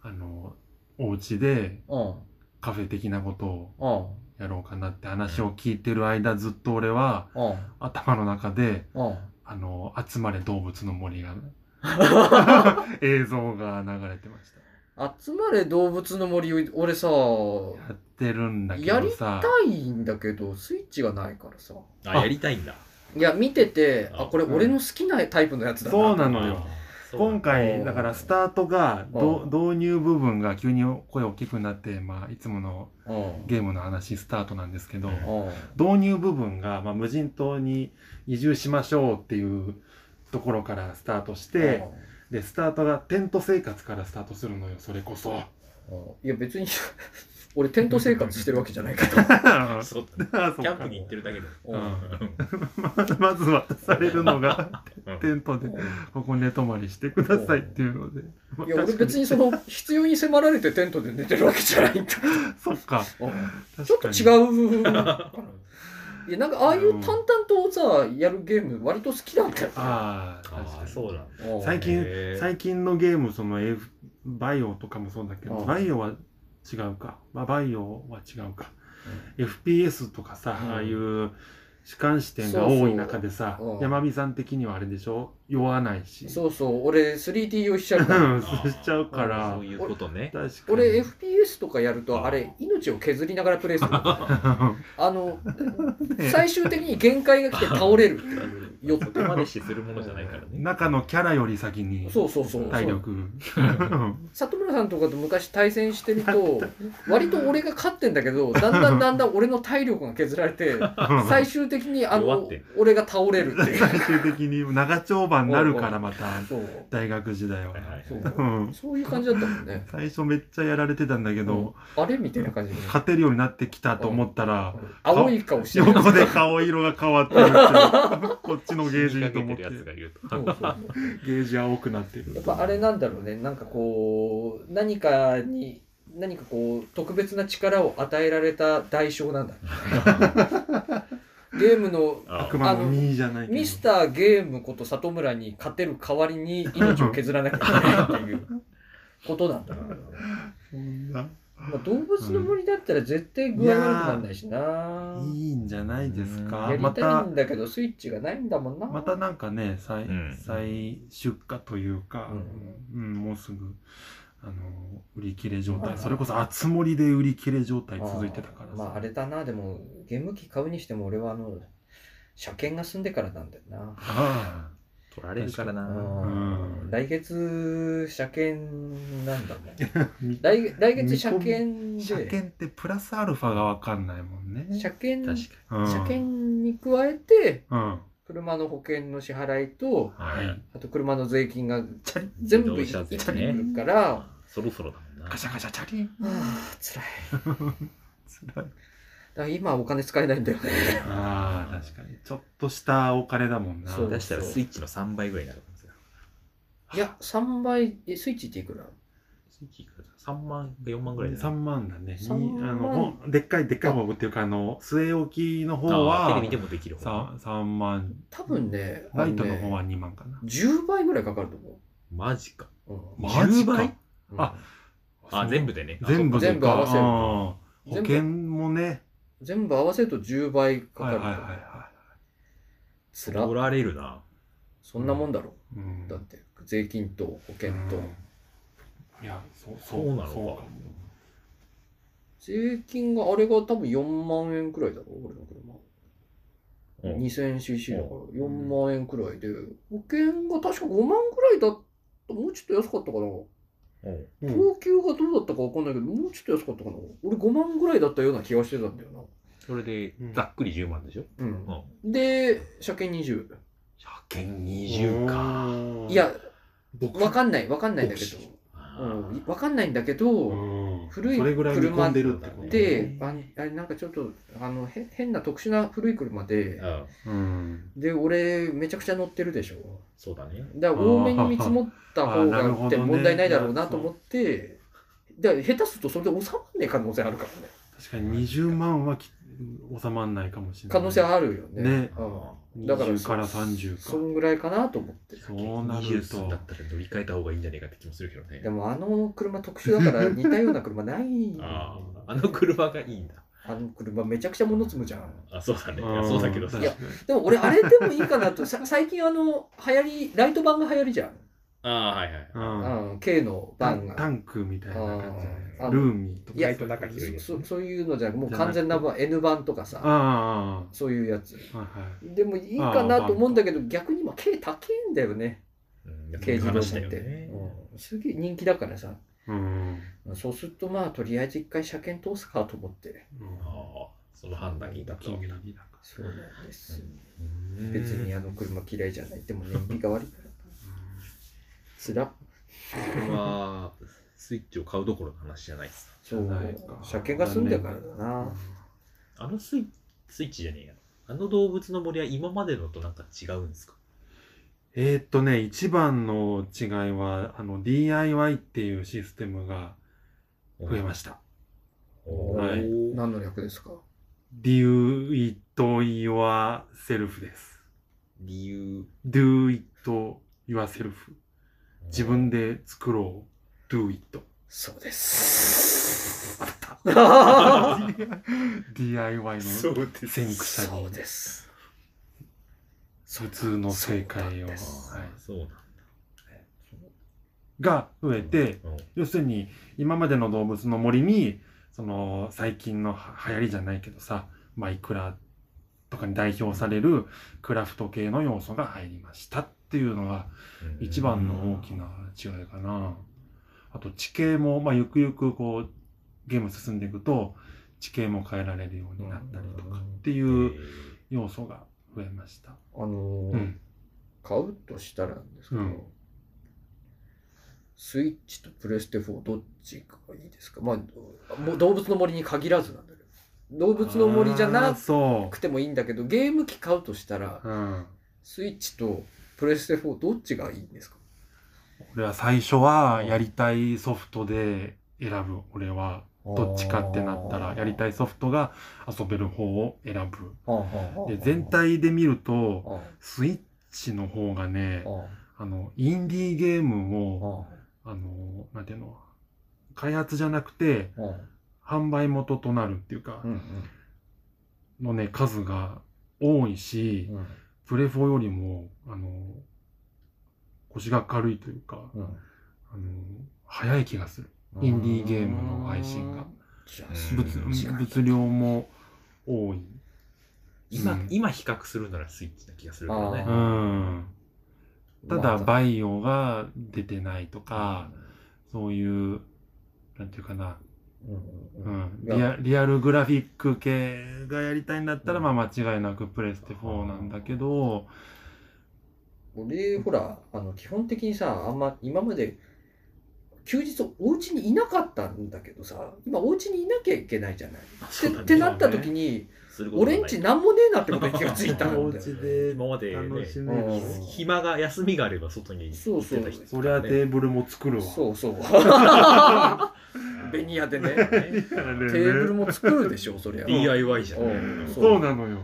I: あの、お家で
H: うん、
I: カフェ的なことを
H: うん、
I: やろうかなって話を聞いてる間、ずっと俺は
H: うん、
I: 頭の中で、
H: うん。
I: あの、集まれ動物の森 が、映像が流れてまし
H: 集まれ動物の森を、俺さ、
I: た。やってるんだけ
H: や
I: ど
H: り
I: さ、
H: たいんだけど、スイッチがないからさ。
A: あ、やりたいんだ。
H: いや、見てて、あ、
A: あ
H: これ俺の好きなタイプのやつだな。
I: そうなのよ。
A: そう
I: 今回、だからスタートが、ど導入部分が急に声大きくなって、まあ、いつもの
H: うん。
I: ゲームの話スタートなんですけど、
H: うん。
I: 導入部分が、まあ、無人島に移住しましょうっていうところからスタートして、でスタートがテント生活からスタートするのよそれ こそ
H: うん、いや、別に、俺テント生活してるわけじゃないから。
I: そ
A: そう
I: っか
A: キャンプに行ってるだけで。
I: うんまず渡されるのがテントでここ寝泊まりしてくださいっていうので、まあ
C: いや、俺
I: 確か
C: 別にその、必要に迫られてテントで寝てるわけじゃないんだ。
I: そっか
C: ちょっと
I: う
C: 違うかないやなんかああいう淡々とさやるゲーム割と好きなんだよ
I: ああ
A: ああ、そうなんだ。
C: うん
I: 最近
A: へー
I: 最近のゲームその、F、バイオとかもそうだけ
C: う
I: ど
C: ん
I: バイオは違うか、まあ、バイオは違うか、FPS とかさ、ああいう主観視点が多い中でさ
C: そうそううん
I: 山美さん的にはあれでしょ酔わないし
C: そうそう俺 3D 用意しちゃうから
I: うんしちゃうから
A: そういうことね。
I: 確かに
C: 俺 FPS とかやるとあれ命を削りながらプレイするのねあの最終的に限界が来て倒れるっていうよ
A: そこまで 死するものじゃないからね。
I: 中のキャラより先に
C: そうそうそう
I: 体力
C: 里村さんとかと昔対戦してると割と俺が勝ってんだけどだんだんだんだん俺の体力が削られて最終的にあ
A: 弱っ
C: の
A: て
C: 俺が倒れるって いう
I: 最終的に長丁場になるからまた
C: そう
I: 大学時代は
A: はいはい
C: そう
I: うん
C: そういう感じだったもんね
I: 最初めっちゃやられてたんだけど
C: あれみたいな感じで
I: 勝てるようになってきたと思ったら
C: 青い顔してる
I: 横で顔色が変わってるっていうこっちのゲー
A: 死に
I: ジ
A: か
I: と
A: け
I: 思
A: て
I: って
A: るやつがいると。
C: そうそうそう
I: ゲージ青くなってる
C: やっぱあれなんだろうねなんかこう何かに何かこう特別な力を与えられた代償なんだゲームの
A: あ
I: 悪魔の実じゃないけど
C: ミスターゲームこと里村に勝てる代わりに命を削らなきゃいけないっていうことなんだろうな、
I: そんな
C: まあ、動物の森だったら絶対具合悪くならないしない
I: いんじゃないです
C: や
I: か
C: り
I: ま
C: たい
I: た
C: んだけどスイッチがないんだもんな、
I: またなんかね再,、
J: うん
I: 再出荷というか、うんもうすぐあの売り切れ状態それこそ熱盛りで売り切れ状態続いてたから
C: あーまああれだなでもゲーム機買うにしても俺はあの車検が済んでからなんだよな
I: あ
A: 取られるから
C: う
A: な。
C: ん
I: うん
C: 来月車検なんだも ん
I: あ
C: 来来月車検
I: 車
C: で
I: 検ってプラスアルファが分かんないもんね
C: 車検
A: 確か
I: うん
C: 車検に加えて
I: うん
C: 車の保険の支払いと
I: はい
C: あと車の税金が
A: に。
C: 全部
A: 自
C: 一
A: 動車
C: 気
A: 税
C: に
A: ね
C: 来るから、は
A: そろそろだもんな
I: ガ。シャガシャチャリン
C: あ辛い
I: つらい
C: だから今お金使えないんだよね
I: ああ確かにちょっとしたお金だもんな
C: そう
A: 出したらスイッチの3倍ぐらいになるんですよ。
C: いや3倍えスイッチっていくら
A: スイッチいくら3万か4万ぐらいだ
I: 3万だねに
C: 三万
I: あのほんでっかいでっかい方っていうかあの据え置きの方
A: あー
I: は
A: テレビでもできる方。
I: さ3万
C: 多分ねあ
I: ラ
C: ね
I: イトの方は2万かな
C: 10倍ぐらいかかると思
A: マジか。
C: う、うん
A: マジか
I: 10倍
C: うん
I: あ
A: あ、全部でね。
I: 全部で
C: 全部合わせる
I: あー保
C: 全部
I: 険もね
C: 全部合わせると10倍かか
I: はい
C: る
I: は
C: と
I: い
C: 思
I: は
C: う、
I: いは
C: つら
A: 取られるな。
C: そんなもんだろ
I: い、
C: う
I: う
C: んだって税金と保険と、
I: うんいやそう
A: そうなのか
I: そう
C: 税金があれが多分4万円くらいだろ俺の車、
A: うん
C: 2000cc だから
A: う
C: 4万円くらいで保険が確か5万くらいだったもうちょっと安かったかな
A: うん
C: 等級がどうだったかわかんないけどもうちょっと安かったかな俺5万ぐらいだったような気がしてたんだよ
A: それで、ざっくり10万でしょ。
C: なうん
A: うん。
C: で車検20
A: 車検20か。
C: いや
I: 僕
C: わかんないわかんないんだけどうんわかんないんだけど、
I: うん
C: 古い
I: それぐらい見込んでるってこと
A: 車
C: で、ああれなんかちょっとあのへ変な特殊な古い車で、
A: うん。
I: うん
C: で俺めちゃくちゃ乗ってるでしょ
A: そうだね。
C: だから多めに見積もった
I: あ
C: 方
I: ーあーなる
C: が
I: ほど
C: って
I: ね
C: 問題ないだろうなと思って、だから下手するとそれで収まんねえ可能性あるからね
I: 確かに20万はき収まんないかもしれない
C: 可能性あるよね
I: ね
C: うん、だから
I: 20から30か
C: そんぐらいかなと思って
I: そうなる
A: 20
I: と
A: だったら乗り換えた方がいいんじゃないかって気もするけどね
C: で。もあの車特殊だ から似たような車ない
A: ああ、あの車がいいんだ。
C: あの車めちゃくちゃ物積むじゃん
A: あ、そうだね。い
I: うん
A: やそうだけどさ
C: い。やでも俺あれでもいいかなとさ最近あの流行りライト版が流行りじゃん
A: ああ、はいはい。
I: うん
C: うん、K の
I: タ
C: 番
I: ン
C: が。
I: タンクみたいな感
C: あー
I: じルーミーとか
C: いや
A: 意外と中広いやつ
C: そそういうのじゃなくもう完全な版 N 版とかさ
I: あ
C: そういうやつ
I: あああはいはい
C: でもいいかなと思うんだけど逆に今 K 高えんだよね
A: うん
C: 軽自動車っ
A: よ
C: て、
A: ね。
C: うんすげえ人気だからさ
I: うん
C: そうするとまあとりあえず一回車検通すかと思って
I: うん
A: ああ、その判断に至った
I: 金
A: わけ
I: 利
A: だ
I: だ。から
C: そうなんです
A: うん
C: 別にあの車嫌いじゃないでも燃費が悪いからつら
A: これはスイッチを買うどころの話じゃないです。
C: そう
I: ないか
C: 車検が済んでからだな
A: あのスイスイッチじゃねえや。あの動物の森は今までのとなんか違うんですか
I: えーっとね、一番の違いは、あの、DIY っていうシステムが増えました。はい
C: 何の略ですか
I: Do it yourself です。
A: 理由
I: Do it yourself。自分で作ろう。Do it。
C: そうです。
I: DIY の先
A: う
I: 駆者に
C: そうです。
I: 普通の正解を、
C: そうなん
I: は
C: で
I: い、
C: す
A: そうなんだ
I: が増えて、
A: うん
I: 要するに今までの動物の森にその最近のは流行りじゃないけどさマイクラとかに代表されるクラフト系の要素が入りましたっていうのが一番の大きな違いかな。あと地形も、まあ、ゆくゆくこうゲーム進んでいくと地形も変えられるようになったりとかっていう要素が増えました。
C: あのー
I: うん、
C: 買うとしたらなんですけど、
I: うん
C: スイッチとプレステ4どっちがいいですかまあもう動物の森に限らずなんだけど動物の森じゃ
I: あー
C: な
I: そ
C: くてもいいんだけどゲーム機買うとしたら
I: う、うん
C: スイッチとプレステ4どっちがいいんですか
I: 俺は最初はやりたいソフトで選ぶ俺はどっちかってなったらやりたいソフトが遊べる方を選ぶで全体で見ると
C: あ
I: スイッチの方がね
C: あ
I: あのインディーゲームを
C: あ
I: あのなんていうの開発じゃなくて
C: あ
I: 販売元となるっていうか
C: うん
I: のね数が多いし
C: うん
I: プレフォよりもあの腰が軽いというか
C: うん
I: あの早い気がするインディーゲームの配信が
C: じゃあ
I: 物
A: うん
C: 違い
I: 物量も多い
A: 今、
I: うん
A: 今比較するならスイッチな気がするからね
C: あ
I: う
C: ー
I: んた
C: ま
I: だ
C: あ
I: バイオが出てないとかそういうなんていうかな、
C: うんう
I: うん
C: うん
I: ん、
C: いや
I: リアリアルグラフィック系がやりたいんだったらまあ間違いなくプレステ4なんだけど
C: 俺ほらあの基本的にさあんま今まで休日お家にいなかったんだけどさ今お家にいなきゃいけないじゃない。ってってなった時に
A: することな
C: 俺
A: い
C: んちなんもねえなってことに気がついたんだ
I: お
C: よ
I: 家。で
A: 今まで、ね、
I: 楽しめ
C: う
I: る
C: ん
A: 暇が休みがあれば外に
C: そ
A: 行
C: う
A: っ
C: そう
A: てた人
I: そりゃテ
A: ね
I: ーブルも作るわ
C: そうそう。ベニヤでね
A: そうだね
I: ね
C: テーブルも作るでしょそりゃ。
A: DIY じゃ
C: うん
A: ない
C: そ
I: そうなのよ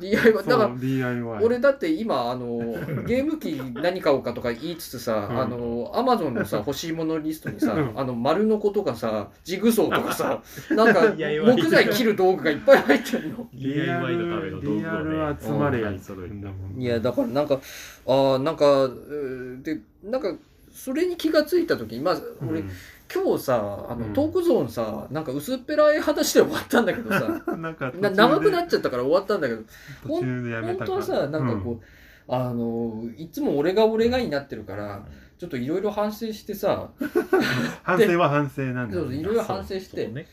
C: DIY だから
I: そう DIY
C: 俺だって今あ のゲーム機何買おうかとか言いつつさ、
I: うん
C: あのアマゾンのさ欲しいものリストにさ、
I: うん
C: あの丸のことか さジグソーとかさなんか
A: DIY
C: 木材切る道具がいっぱい入ってる の
A: DIY のための道具をね
I: リアル集まれや
A: うん
I: つんだもん
C: いやだからなんかああなんかうーでなんかそれに気がついた時にまあ
I: うん
C: 俺、今日さあ
I: う
C: の
I: ん
C: トークゾーンさなんか薄っぺらい話で終わったんだけどさ
I: なんか途中
C: な
I: で
C: 長くなっちゃったから終わったんだけど
I: 途中でやめ
C: 本
I: た
C: 当はさなんかこう、あのいつも俺が俺がになってるからちょっといろいろ反省してさ
I: うん反省は反省なんだ
C: そうそういろいろ反省し
A: そう
C: て
A: ね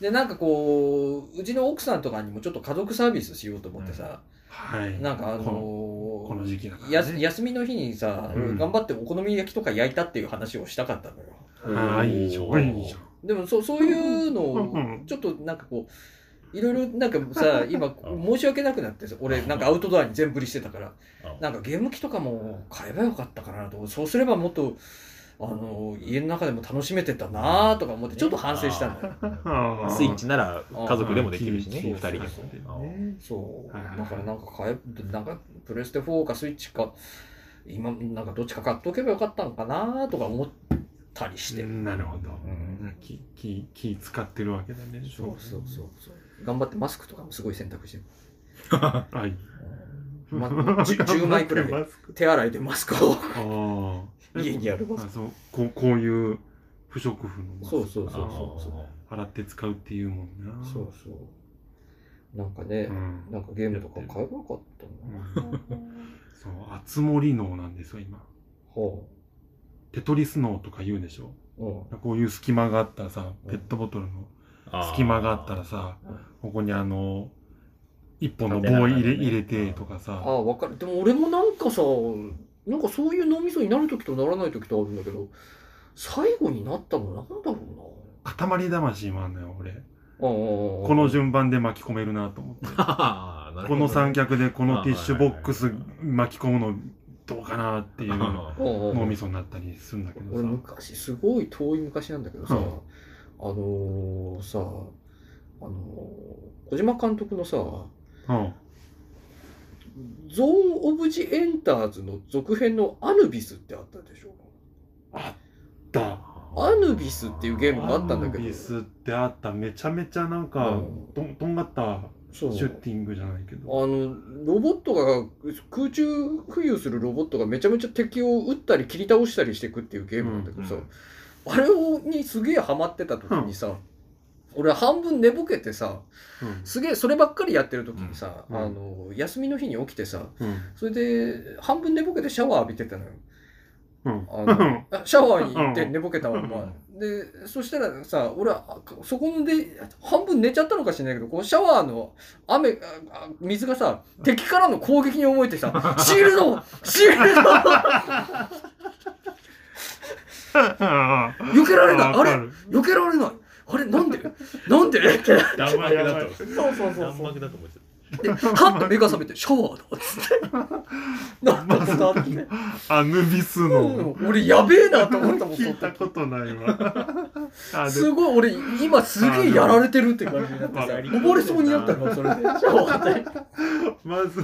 C: でなんかこううちの奥さんとかにもちょっと家族サービスしようと思ってさ、
I: はい
C: なんかあの
I: このこの時期だからね
C: やす休みの日にさ、
I: うん
C: 頑張ってお好み焼きとか焼いたっていう話をしたかったのよ
I: ああいいじゃんいいじゃん
C: でも そそういうの
I: う
C: を
I: ん
C: ちょっとなんかこういろいろなんかさ今申し訳なくなってさ俺なんかアウトドアに全振りしてたから
A: うん
C: なんかゲーム機とかも買えばよかったかなとそうすればもっとあの家の中でも楽しめてたなとか思ってちょっと反省したんだよ
I: あー
A: スイッチなら家族でもできるしね
I: うん
A: 二人でもね
I: そう
A: あー
C: そう
I: そうそうねはいはい
C: だからなんか買えなんかプレステ4かスイッチか今なんかどっちか買っとけばよかったのかなとか思ったりして、
I: なるほど
C: ん
I: 気気気使ってるわけだね
C: そうそうそうそう頑張ってマスクとかもすごい選択してる、
I: はい
C: ま、10, 10 枚くらい手洗いでマスクを
I: あ あ
C: 家にあるマス
I: あそうこうこういう不織布のマスク
C: そうそうそう
A: そうそう
I: 洗って使うっていうもんな
C: クそうそうなんかね
I: う、ん
C: なんかゲームとか買えばよかったな、
I: そう熱盛能なんですよ今
C: は
I: テトリス能とか言うでしょ
C: あうん
I: こういう隙間があったらさペットボトルの
A: あー
I: 隙間があったらさ
C: うん
I: ここにあの一本の
A: 縦長
I: 棒
A: のね
I: 入れ,、入れてとかさ
C: ああ、わかる。でも俺もなんかさ、なんかそういう脳みそになるときとならないときとあるんだけど、最後になったのなんだろ
I: 塊魂もあんのよ俺
C: うな。ああ
I: この順番で巻き込めるなと思って
A: あーなる
I: こ
A: ほど
I: の三脚でこのティッシュボック
A: あ
I: ス
A: はいはいはい
I: 巻き込むのどうかなっていう
A: あ
C: おうおう
I: 脳みそになったりするんだけど
C: 俺
I: さ。
C: 昔すごい遠い昔なんだけどさ、
I: うん
C: あのーさあのー小島監督のさ
I: うん。
C: 「ゾーン・オブ・ジ・エンターズ」の続編の「アヌビス」ってあったでしょ
I: だ。
C: アヌビスっていうゲームがあったんだけ
I: ア
C: ど
I: ヌビスってあった。めちゃめちゃなんか、
C: うん
I: とんとんがった
C: そう
I: シュッティングじゃないけ
C: あ
I: ど。
C: のロボットが空中浮遊するロボットがめちゃめちゃ敵を撃ったり切り倒したりしていくっていうゲームなんだけどさ、
A: うんうん
C: あれをにすげえハマってた時にさ、俺半分寝ぼけてさ、
I: うん
C: すげえそればっかりやってる時にさ、
I: うん
C: あの休みの日に起きてさ
I: うん。
C: それで半分寝ぼけてシャワー浴びてたのよ
I: うん。
C: あの あシャワーに行って
I: うん
C: 寝ぼけたまんまでそしたらさ俺はあそこで半分寝ちゃったのかしらないけどこうシャワーの雨ああ水がさ敵からの攻撃に思えてさ「シールドシールド避けられないあれ避けられないあれなんでなんで?」って
A: 弾幕だと。
C: そうそうそう
A: 弾幕だと思っちゃっ
C: で、はっと目が覚めて、シャワーだっつ って。なんだことあって、
I: アヌビスの。
C: うん俺やべえなと思ったもん、そ
I: 聞
C: の
I: いた
C: 時
I: ことないわ。あ
C: すごい、俺、今すげえやられてるって感じになってさ、
I: あで
C: 溺れそうになったの、 それで。シャワーで。
I: まず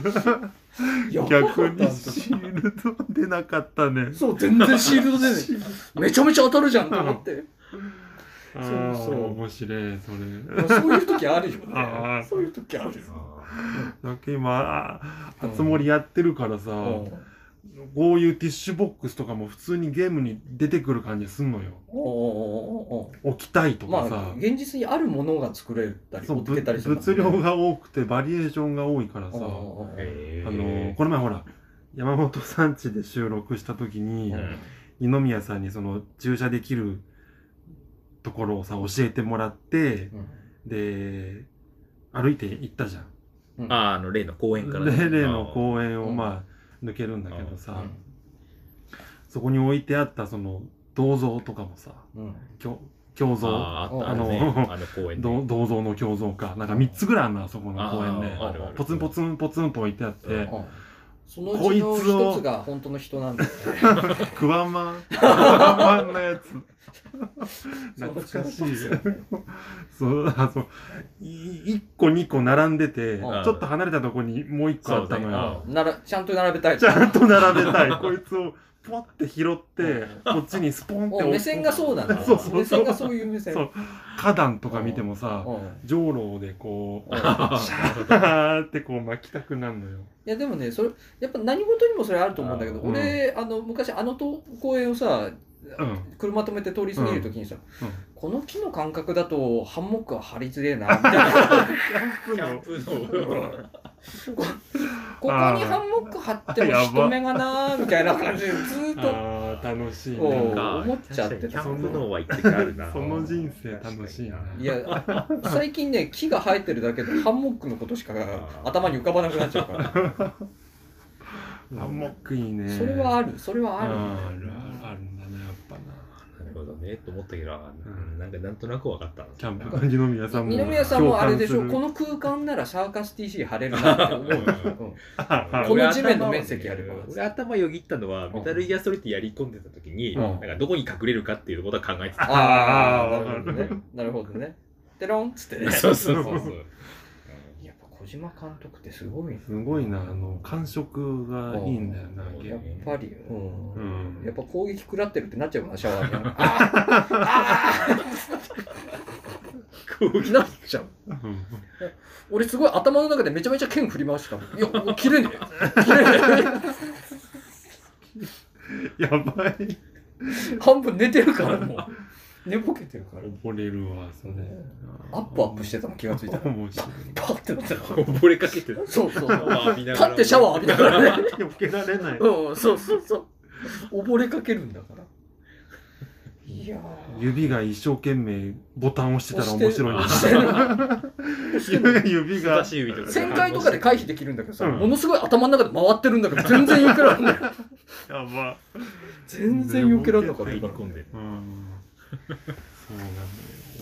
C: やばかった
I: 逆にシールド出なかったね。
C: そう、全然シールド出ない。めちゃめちゃ当たるじゃんと思って。
I: そう
C: そう
I: 面白いそれ。
C: そういう時あるよ
I: あ
C: ね
I: ー。
C: そういう時あるよ。
I: だけ今あつ森やってるからさ、
C: うん
I: こういうティッシュボックスとかも普通にゲームに出てくる感じすんのよ。
C: おうおうおうおう
I: 置きたいと
C: ま
I: かさ。
C: あ、現実にあるものが作れたり、
I: そう
C: 落
I: ぶ
C: けたりするもんね。
I: 物量が多くてバリエーションが多いからさ、
C: おうお
I: あ
C: うおう
A: た。へ
I: のこの前ほら山本さん家で収録した時に、
C: うん
I: 二宮さんにその駐車できるところをさ教えてもらって
C: うん
I: で歩いて行ったじゃん。
A: ああ、あの、例の公園からね。
I: 例例の公園を
C: うん
I: まあ抜けるんだけど
C: う
I: さ、
C: ん
I: そこに置いてあったその銅像とかもさ
C: うん
I: 胸胸像
A: ああ、あった
C: あ
A: あ
C: の
A: のね、あの公園
I: 銅
A: で。
I: 銅像の胸像かなんか3つぐらいあるのあそこの公園で
A: あああるある
I: ポツンポツンポツンと置いてあって
C: うんそのうちの一つが本当の人なんだよね。
I: クワマンクワマンのやつ懐かしいそうあそう1個2個並んでてち
C: う
I: ょ
A: ん
I: っと離れたとこにもう1個あったの
A: そうね
I: よ
A: うん
C: ならちゃんと並べたい。
I: ちゃんと並べたい。こいつをポッて拾って、こっちにスポンっ
C: も
I: て。
C: う目線が そうなんだ。
I: そうそうそう
C: 目線がそういう目線。
I: そう花壇とか見てもさ、
C: うん
I: 上炉でこ う、シャーってこう巻きたくなるのよ。
C: いやでもね、それやっぱ何事にもそれあると思うんだけど、
I: うん
C: 俺あの昔あのと公園をさ、
I: うん。
C: 車止めて通り過ぎるときにさ、
I: うんうん
C: この木の感覚だとハンモックは張りづれえなみたいな。
A: キャンプの。
C: ここにハンモック張っても人目がなみたいな感じでずーっと。
I: ああ、楽しい
C: お
I: ね。
C: う思っちゃって
A: キャ
C: た
A: ンプのは行ってくあるな。
I: その人生楽しいな。
C: いや最近ね木が生えてるだけでハンモックのことしか頭に浮かばなくなっちゃうから。
I: ハンモックいいね。
C: それはあ
I: る。
C: る、それは
I: ある
C: あ
I: あ
C: るんだ
I: る
C: よね。
I: あるんだね、やっぱな。
A: なるほどね、と思ったけど、あ
I: ん
A: なんかなんとなく分かったな。
I: キャンプ、二宮さんも。
C: 二宮さんもあれでしょ、こ
I: 共感
C: の空間ならサーカス TC 貼れるな って思うでしょ。
I: す
C: こ
I: る
C: の地面の面積あるから
A: 俺頭よぎったのは、メタルギアソリティやり込んでた時に、
I: うん
A: なんかどこに隠れるかっていうことは考えてた。
C: ああ、
I: あー
C: なるほどね。なるほどね。テロンっつってね。
A: そうそうそうそう。
C: やっぱ小島監督ってすごいね。
I: すごいな、あの、感触がいいんだよな、ゲ
C: や
I: ー
C: っ
I: ム。
C: ぱり、う。
I: うんん
C: やっぱ攻撃食らってるってなっちゃうな、シャワーに。 ああーなっちゃう。
I: うん
C: 俺すごい頭の中でめちゃめちゃ剣振り回したもん。いや、もう切れねえ。切れね
I: やばい。
C: え。半分寝てるからもう。寝ぼけてるから。
I: 溺れるわ、それ。
C: アップアップしてたの気がついた ら。
I: 面白い。
C: パッてなってたの。
A: 溺れかけてた。
C: そう
A: シ
C: そう
A: ャワー浴びなが
C: 立
A: ら
C: ってシャワー浴びながらね。
I: 避けられない。
C: うん、そうそうそう。溺れかけるんだから。いやー。
I: 指が一生懸命ボタンを押してたら面白い
C: 押してる
I: ね。 指が
A: 難。しい指とか。
C: 旋回とかで回避できるんだけどさ、
I: うん
C: ものすごい頭の中で回ってるんだけど、全然避けられない。
I: やば。
C: 全然避けられなかっ
A: 入
C: た
A: り
C: から
A: 込んで。
I: うん。そうなんだよ。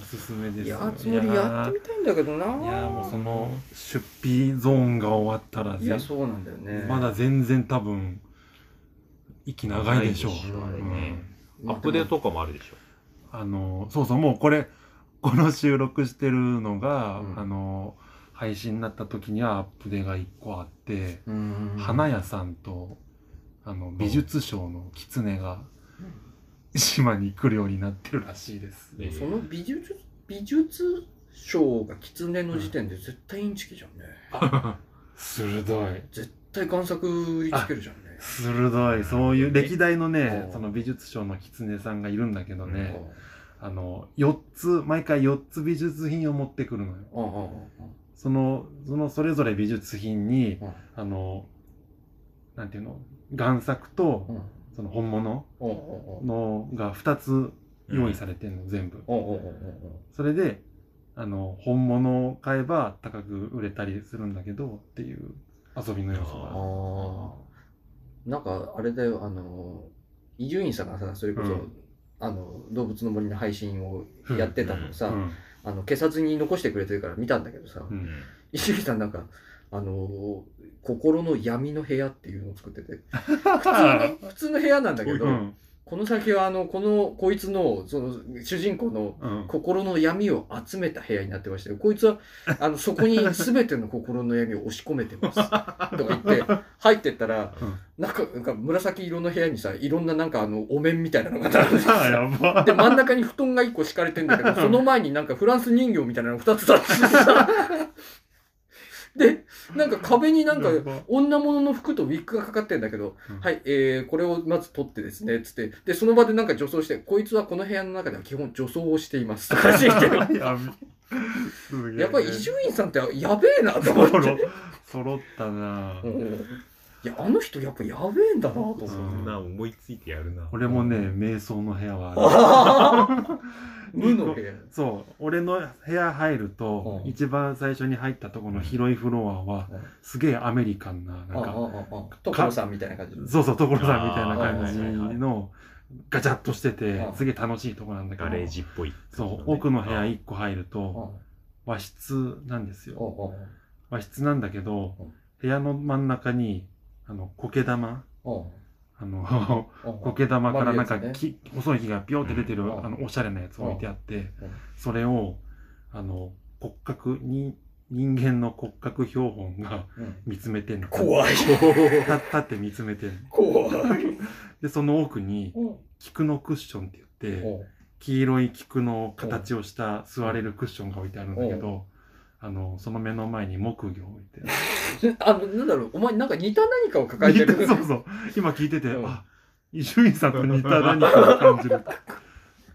I: おすすめです。
C: いやー、つもりやってみたいんだけどなー
I: いやーもうその出費ゾーンが終わったら
C: い
I: ぜ
C: や、そうなんだよね。
I: まだ全然多分息長いでしょう。
A: 長いでしょうあれね
C: ま
A: ア
C: あ
A: ップデートとかもあるでしょ
I: あの、そうそう、もうこれ、この収録してるのが、
C: うん
I: あの、配信になった時にはアップデが1個あって、
C: でもうん
I: 花屋さんと、あの、美術商の狐が、島に来るようになってるらしいです。
A: ええ
C: その美術美術賞が狐の時点で絶対インチキじゃんね、
I: 鋭い。
C: 絶対贋作売りつけるじゃんね
I: 鋭い。そういう、歴代のね
C: う、ん
I: その美術商の狐さんがいるんだけどね、あの、4つ、毎回4つ美術品を持ってくるのよ。
C: うんうんうん
I: その、そのそれぞれ美術品に、
C: うん
I: あの、なんていうの、贋作と、
C: うん
I: その本物
C: うんうんうん
I: のが2つ用意されてるの、全部。
C: うんうんうんうん
I: それで、あの、本物を買えば高く売れたりするんだけど、っていう遊びの要素がある。
C: ああなんかあれだよあの伊集院さんがさそれこそ、
I: うん
C: あの動物の森の配信をやってたのさ、
I: うん
C: あの消さずに残してくれてるから見たんだけどさ、
I: うん
C: 伊集院さんなんかあの心の闇の部屋っていうのを作ってて 普通の普通の部屋なんだけど、
I: うん
C: この先はあのこのこいつのその主人公の
I: うん
C: 心の闇を集めた部屋になってましたよ。こいつは、 あの、そこに全ての心の闇を押し込めてます。とか言って、入ってったら、なんか、なんか紫色の部屋にさ、いろんななんかあの、お面みたいなのが並んで
I: ああ、
C: さ
I: やば。
C: で、真ん中に布団が1個敷かれてんだけど、その前になんかフランス人形みたいなの2つ立っててさ。で、なんか壁になんか
I: やば、
C: 女物の服とウィッグがかかってんだけど、
I: うん
C: はい、えー、これをまず取ってですね、つって、で、その場でなんか女装して、こいつはこの部屋の中では基本女装をしてい ます。とかして言って
I: やべすげえ
C: やっぱり伊集院さんってやべえなと思っ
I: そろ
C: て。
I: 揃ったなぁ、
C: うんいや、あの人やっぱやべえんだなと思って。
A: そんな思いついてやるな
I: 俺もね瞑想の部屋 はある
C: 無の部屋。
I: そう俺の部屋入ると、
C: うん
I: 一番最初に入ったとこの広いフロアは、
C: うん
I: すげえアメリカンななんか、
C: ところさんみたいな感じで。
I: そうそう所さんみたいな感じ
A: あーはいはいはい
I: のガチャッとしてて、
C: うん
I: すげえ楽しいとこなんだけど
A: ガレージっぽい
I: そう奥の部屋
A: い
I: 1個入る
C: うん
I: と和室なんですよ
C: うん
I: 和室なんだけど
C: うん
I: 部屋の真ん中にあの苔玉
C: うん
I: あの
C: うん
I: 苔玉からなん
C: 丸
I: か
C: いやつね
I: 木、細い木がピョーって出てる、
C: うん
I: あのおしゃれなやつ置いてあって、
C: うん
I: それをあの骨格に人間の骨格標本が
C: うん
I: 見つめてんの
C: 怖い。
I: 立立って見つめてんの
C: 怖い。
I: でその奥に
C: うん
I: 菊のクッションって言って、黄色い菊の形をした座れるクッションが置いてあるんだけど、あのその目の前に木魚を置いて
C: あの、なんだろう、お前なんか似た何かを抱えてる。
I: そうそう今聞いてて、
C: うん
I: あ伊集院さんと似た何かを感 じる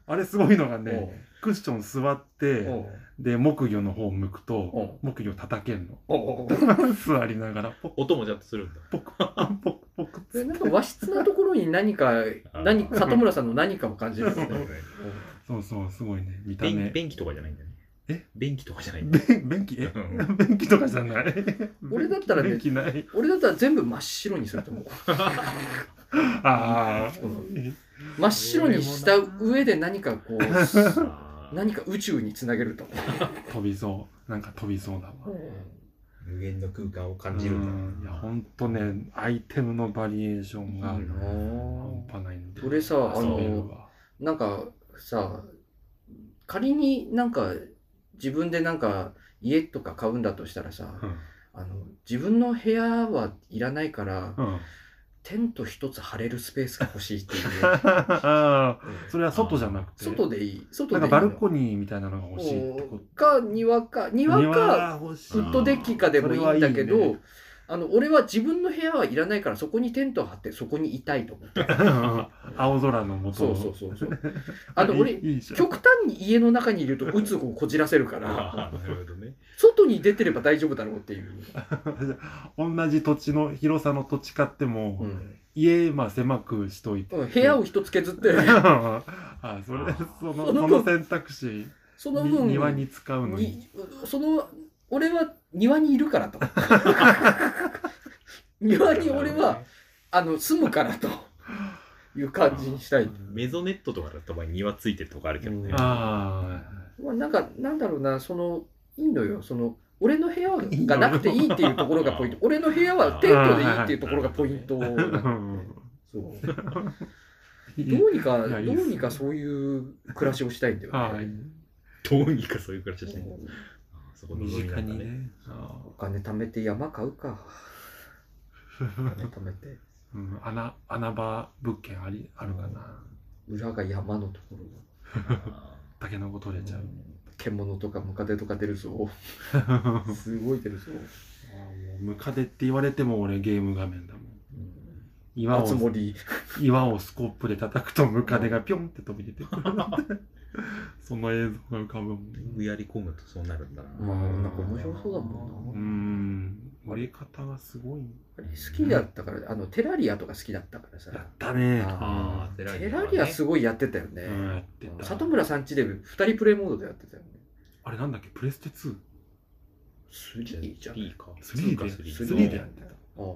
I: あれすごいのがね、クッション座って、
C: うんうん
I: で木魚の方向く
C: う
I: と
C: ん、
I: 木魚叩けんの
C: うん
I: 座りながらポク
A: 音もちゃんとするんだ
I: ポクポクポク
C: でなんか和室なところに何か、何か、里村さんの何かを感じるよ ね。
I: そうそうすごいね見た
A: 便
I: 目
A: 便器とかじゃないんだよね
I: え
A: 便器とかじゃないんだよ
I: 便 便器え
A: うん
I: 便器とかじゃない
C: 俺だったらね
I: 便器 ない
C: 俺だったら全部真っ白にすると思う。
I: ああ
C: 真っ白にした上で何かこう、 何か宇宙につなげると思
I: 飛びそうなんか飛びそうだわ
C: う。
A: 無限の空間を感
I: うんいやほんとねアイテムのバリエーションが
C: いいなぁ
I: 半端ないんで
C: 俺さあ
A: の
I: 遊べるわ
C: なんかさ、仮になんか自分でなんか家とか買うんだとしたらさ、
I: うん
C: あの自分の部屋はいらないから、
I: うん。
C: テント一つ張れるスペースが欲しいっていう
I: あ ーそれは外じゃなくて
C: 外でいい。外
I: なん
C: でい
I: か
C: いの
I: バルコニーみたいなのが欲しいってこと
C: か庭か庭か
I: が欲し
C: ウ
I: い
C: ッドデッキかでもいいんだけど
I: それはいいね
C: あの俺は自分の部屋はいらないからそこにテントを張ってそこにいたいと思って
I: 青空のもと
C: そうそうそうそうあの俺
I: いいじゃん
C: 極端に家の中にいるとうつをこじらせるから
A: ああなるほどね
C: 外に出てれば大丈夫だろうっていう、
I: 同じ土地の広さの土地買っても、
C: うん
I: 家まあ狭くしといて、
C: うん部屋を一つ削って
I: あそれその
C: そ
I: そ
C: の分
I: の選択肢
C: その
I: に
C: 分
I: 庭に使うのに
C: にその俺は庭にいる からと庭に俺はあの住むからという感じにしたい
A: メゾネットとかだった場合庭ついてるとこあるけどね
I: あ
C: まあ、なんかなんだろうなそのいいのよその俺の部屋がなくていいっていうところがポイント俺の部屋はテントでいいっていうところがポイント
I: あ、うん
C: な
I: うん
C: そうどうにか、どうにかそういう暮らしをしたいんだよね。
I: はい。
A: どうにかそういう暮らしをしてるんだ
C: うん
A: あそこ
I: 身
A: 望みな
I: 近
A: んだ
I: に
A: ね
I: ね。あ
C: お金貯めて山買うか。お金貯めて。
I: ーうん、穴、穴場物件あり、あるかな。
C: 裏が山のところ。
A: あ
I: タケノコ取れちゃう。
C: 獣とかムカデとか出る ぞ。すごい出るぞ。
I: あーもうムカデって言われても俺ゲーム画面だもん。岩
C: 熱
I: を
C: 森。
I: 岩をスコップで叩くとムカデがピョンって飛び出てくる。 その映像が浮かぶもん。
A: ーやり込むとそうなるんだな
C: まあ、なんか面白そうだも
I: うん
C: な。
I: ん。売れ方がすごい。
C: あれ好きだったから、あの、テラリアとか好きだったからさ。
I: やったね。
C: あ
A: ーテ
C: テラリアすごいやってたよね。
I: うん、やってた。
C: 里村さん家で2人プレイモードでやってたよね。
I: あれなんだっけプレステ 2?
C: 3じゃん。
A: いいか
I: 3
A: か
I: で、
A: 3
I: 3でやって
C: うん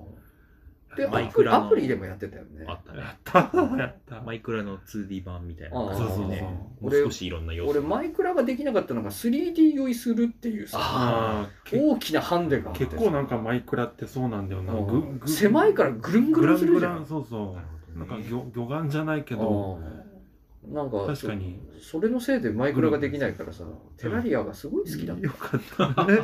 I: た。
C: で、
A: マ
C: ア
A: イ
C: プ
A: ク
C: リ
A: ラの
C: アプリでもやってたよね
A: あ。ったね
I: やった。 やった。
A: マイクラの 2D 版みたいな
C: あー
I: そうそうそう。
A: ねもう
C: 俺
A: 少しいろんな要素
C: 俺、マイクラができなかったのが 3D 酔いするっていうさ、
I: あーけ
C: 大きなハンデがあってさ
I: 結構なんかマイクラってそうなんだよな。
C: うん
I: ぐぐ
C: 狭いからぐるんぐ
I: グ
C: る
I: ラ
C: んす
I: ン
C: る
I: グ
C: じゃ
I: ラン、
C: ん。
I: そうそ
A: なるほ
I: う。な
A: ど
I: んか
A: ね
I: 魚魚眼じゃないけど、
C: うんなんか
I: 確かに。
C: それのせいでマイクラができないからさ、テラリアがすごい好きだった
I: よかったね。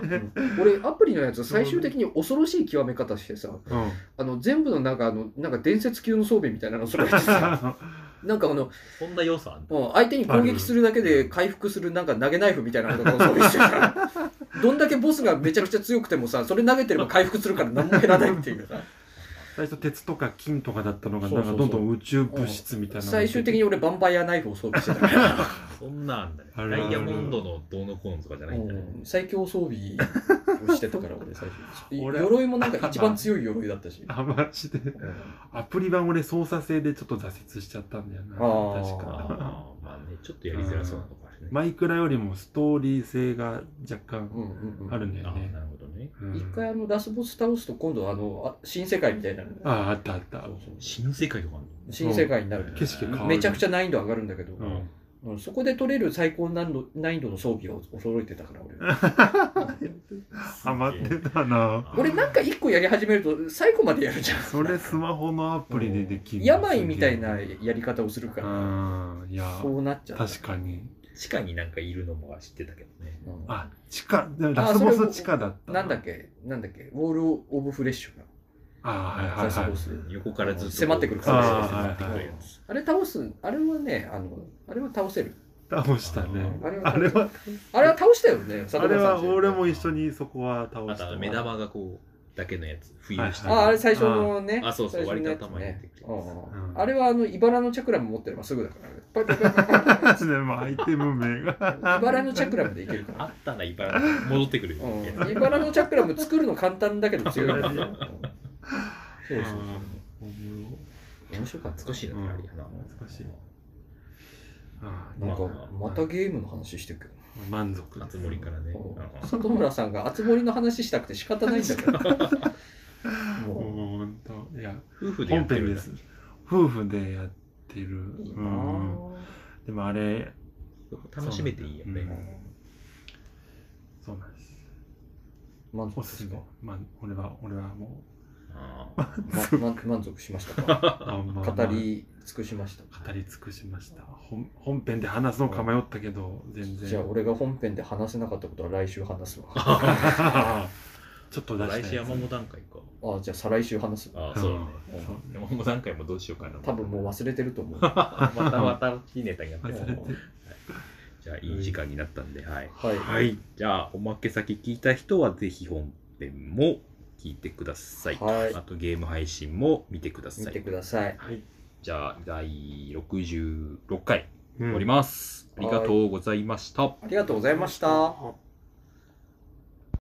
C: 俺アプリのやつ最終的に恐ろしい極め方してさ
I: うん。
C: あの全部のなんかあのなんか伝説級の装備みたいなのそれて さなんかあの
A: そんな要素あんの
C: もう相手に攻撃するだけで回復するなんか投げナイフみたいなのとかを装備してさどんだけボスがめちゃくちゃ強くてもさそれ投げてれば回復するから 何も減らないっていうさ
I: 最初鉄とか金とかだったのが、
C: そ
I: な
C: うんそう
I: か
C: そう
I: どんどん宇宙物質みたいなのが
C: 最
I: 出て。
C: 終的に俺バンパイアナイフを装備してたから
A: そんなあんだね
I: あるある
A: ダイヤモンドのどうのこうのとかじゃないんだね
C: うん最強装備をしてたから俺最初
I: 俺
C: 鎧もなんか一番強い鎧だったし
I: あ、まじで。アプリ版俺操作性でちょっと挫折しちゃったんだよな。
C: あー
I: 確か。
A: あーまあねちょっとやりづらそうなとこあるね
I: マイクラよりもストーリー性が若干あるんだ
A: あ
I: よ
A: ー
I: ね
A: な。るほどね
I: うん
C: 一回あのラスボス倒すと今度あのあ新世界みたいな
I: ああ、あったあった。
A: 新世界とかあんの
C: 新世界になる
I: 景色変わる。
C: めちゃく
I: ち
C: ちゃ難易度上がるんだけど、
I: ゃうん。
C: うんそこで取れる最高難度難易度の装備を揃えてたから俺
I: ハマってたな。
C: 俺なんか一個やり始めると最後までやるじゃん
I: それスマホのアプリでできる。
C: 病みたいなやり方をする
I: う
C: か
I: ん。いや
C: ら、そうなっちゃう
I: 確かに。
A: 地下になんかいるのもは知ってたけどね
C: うん
I: あ、地下、ラスボス地下だった。
C: なんだっけなんだっけウォール・オブ・フレッシュが
I: ああ、はい
C: ラス
I: はい
C: ボ
I: はい。
C: ス
A: 横からずっと
C: 迫ってくる
A: そうそう
I: あー
A: 迫ってく
I: はいは
A: る
I: い
A: やつ
C: あれ倒す、あれはね、あの、あれは倒せる。
I: 倒したね。
C: あれは
I: あれは、
C: あれは倒したよね、佐
I: あ
C: 藤
I: れ
C: さ
I: は
C: んち
I: 俺も一緒にそこは倒
A: あ
I: した
A: とあ
I: わ。
A: の目玉がこうだけのやつ浮遊して
I: はいはい
C: あ、あれ最初のね。
A: あそうそう
C: 最初のや
A: 割
C: つ
A: と頭に入れてくるやつ
C: うん
I: うん
C: あれはあの、茨のチャクラも持ってればすぐだからね。パリパリパリパリ
I: でもアイテム名 が。
C: 茨のチャクラまでいけるか
A: あ
C: ら。
A: ったな茨城戻ってくる
C: う
A: や
C: ん、茨のチャクラも作るの簡単だけど強いからね。うんそうそうそう。面白かっ
A: つ懐かしいな
I: うん
A: あれやな
I: 懐かしいあ
C: た。なんか、またゲームの話してるけど。
I: あ満足
A: 熱盛からね
C: うん
A: あの
C: 里村さんが熱盛の話したくて仕方ないんだから。もう
I: もう本当いや
A: 夫婦でや
I: 本
A: ってる
I: 編
A: ん
I: で
A: だ
I: す夫婦でやってる
C: いいな
I: うん
C: ぁ
I: でもあれ
A: 楽しめていいよ
I: う
A: ね
I: んそうなんです
C: 満
I: お
C: 足ですす
I: す
C: か
I: め、まあ、俺は俺はも
A: あー
C: まま満足しましたか
I: うあんま
C: 語り尽くしました
I: 語り尽くしました本本編で話すのか迷ったけど全然
C: じゃあ俺が本編で話せなかったことは来週話すわ
I: ちょっと出した
A: 来
I: やつ
A: 週山本段階か
C: あじゃあ再来週話すわ
A: ああそうだね
I: うんそう
A: 山本段階もどうしようかな
C: 多分もう忘れてると思う
A: またまたいいネタになってる
I: 忘れてる
A: じゃあいい時間になったんではい
C: はい、
I: はい
A: じゃあおまけ先聞いた人はぜひ本編も聞いてください、
C: はい
A: あとゲーム配信も見てくだ
C: 見
A: さ
C: て
A: い
C: ください
A: じゃあ第66回
I: うん
A: 終わります、ありがとうございました、
C: ありがとうございました
I: あ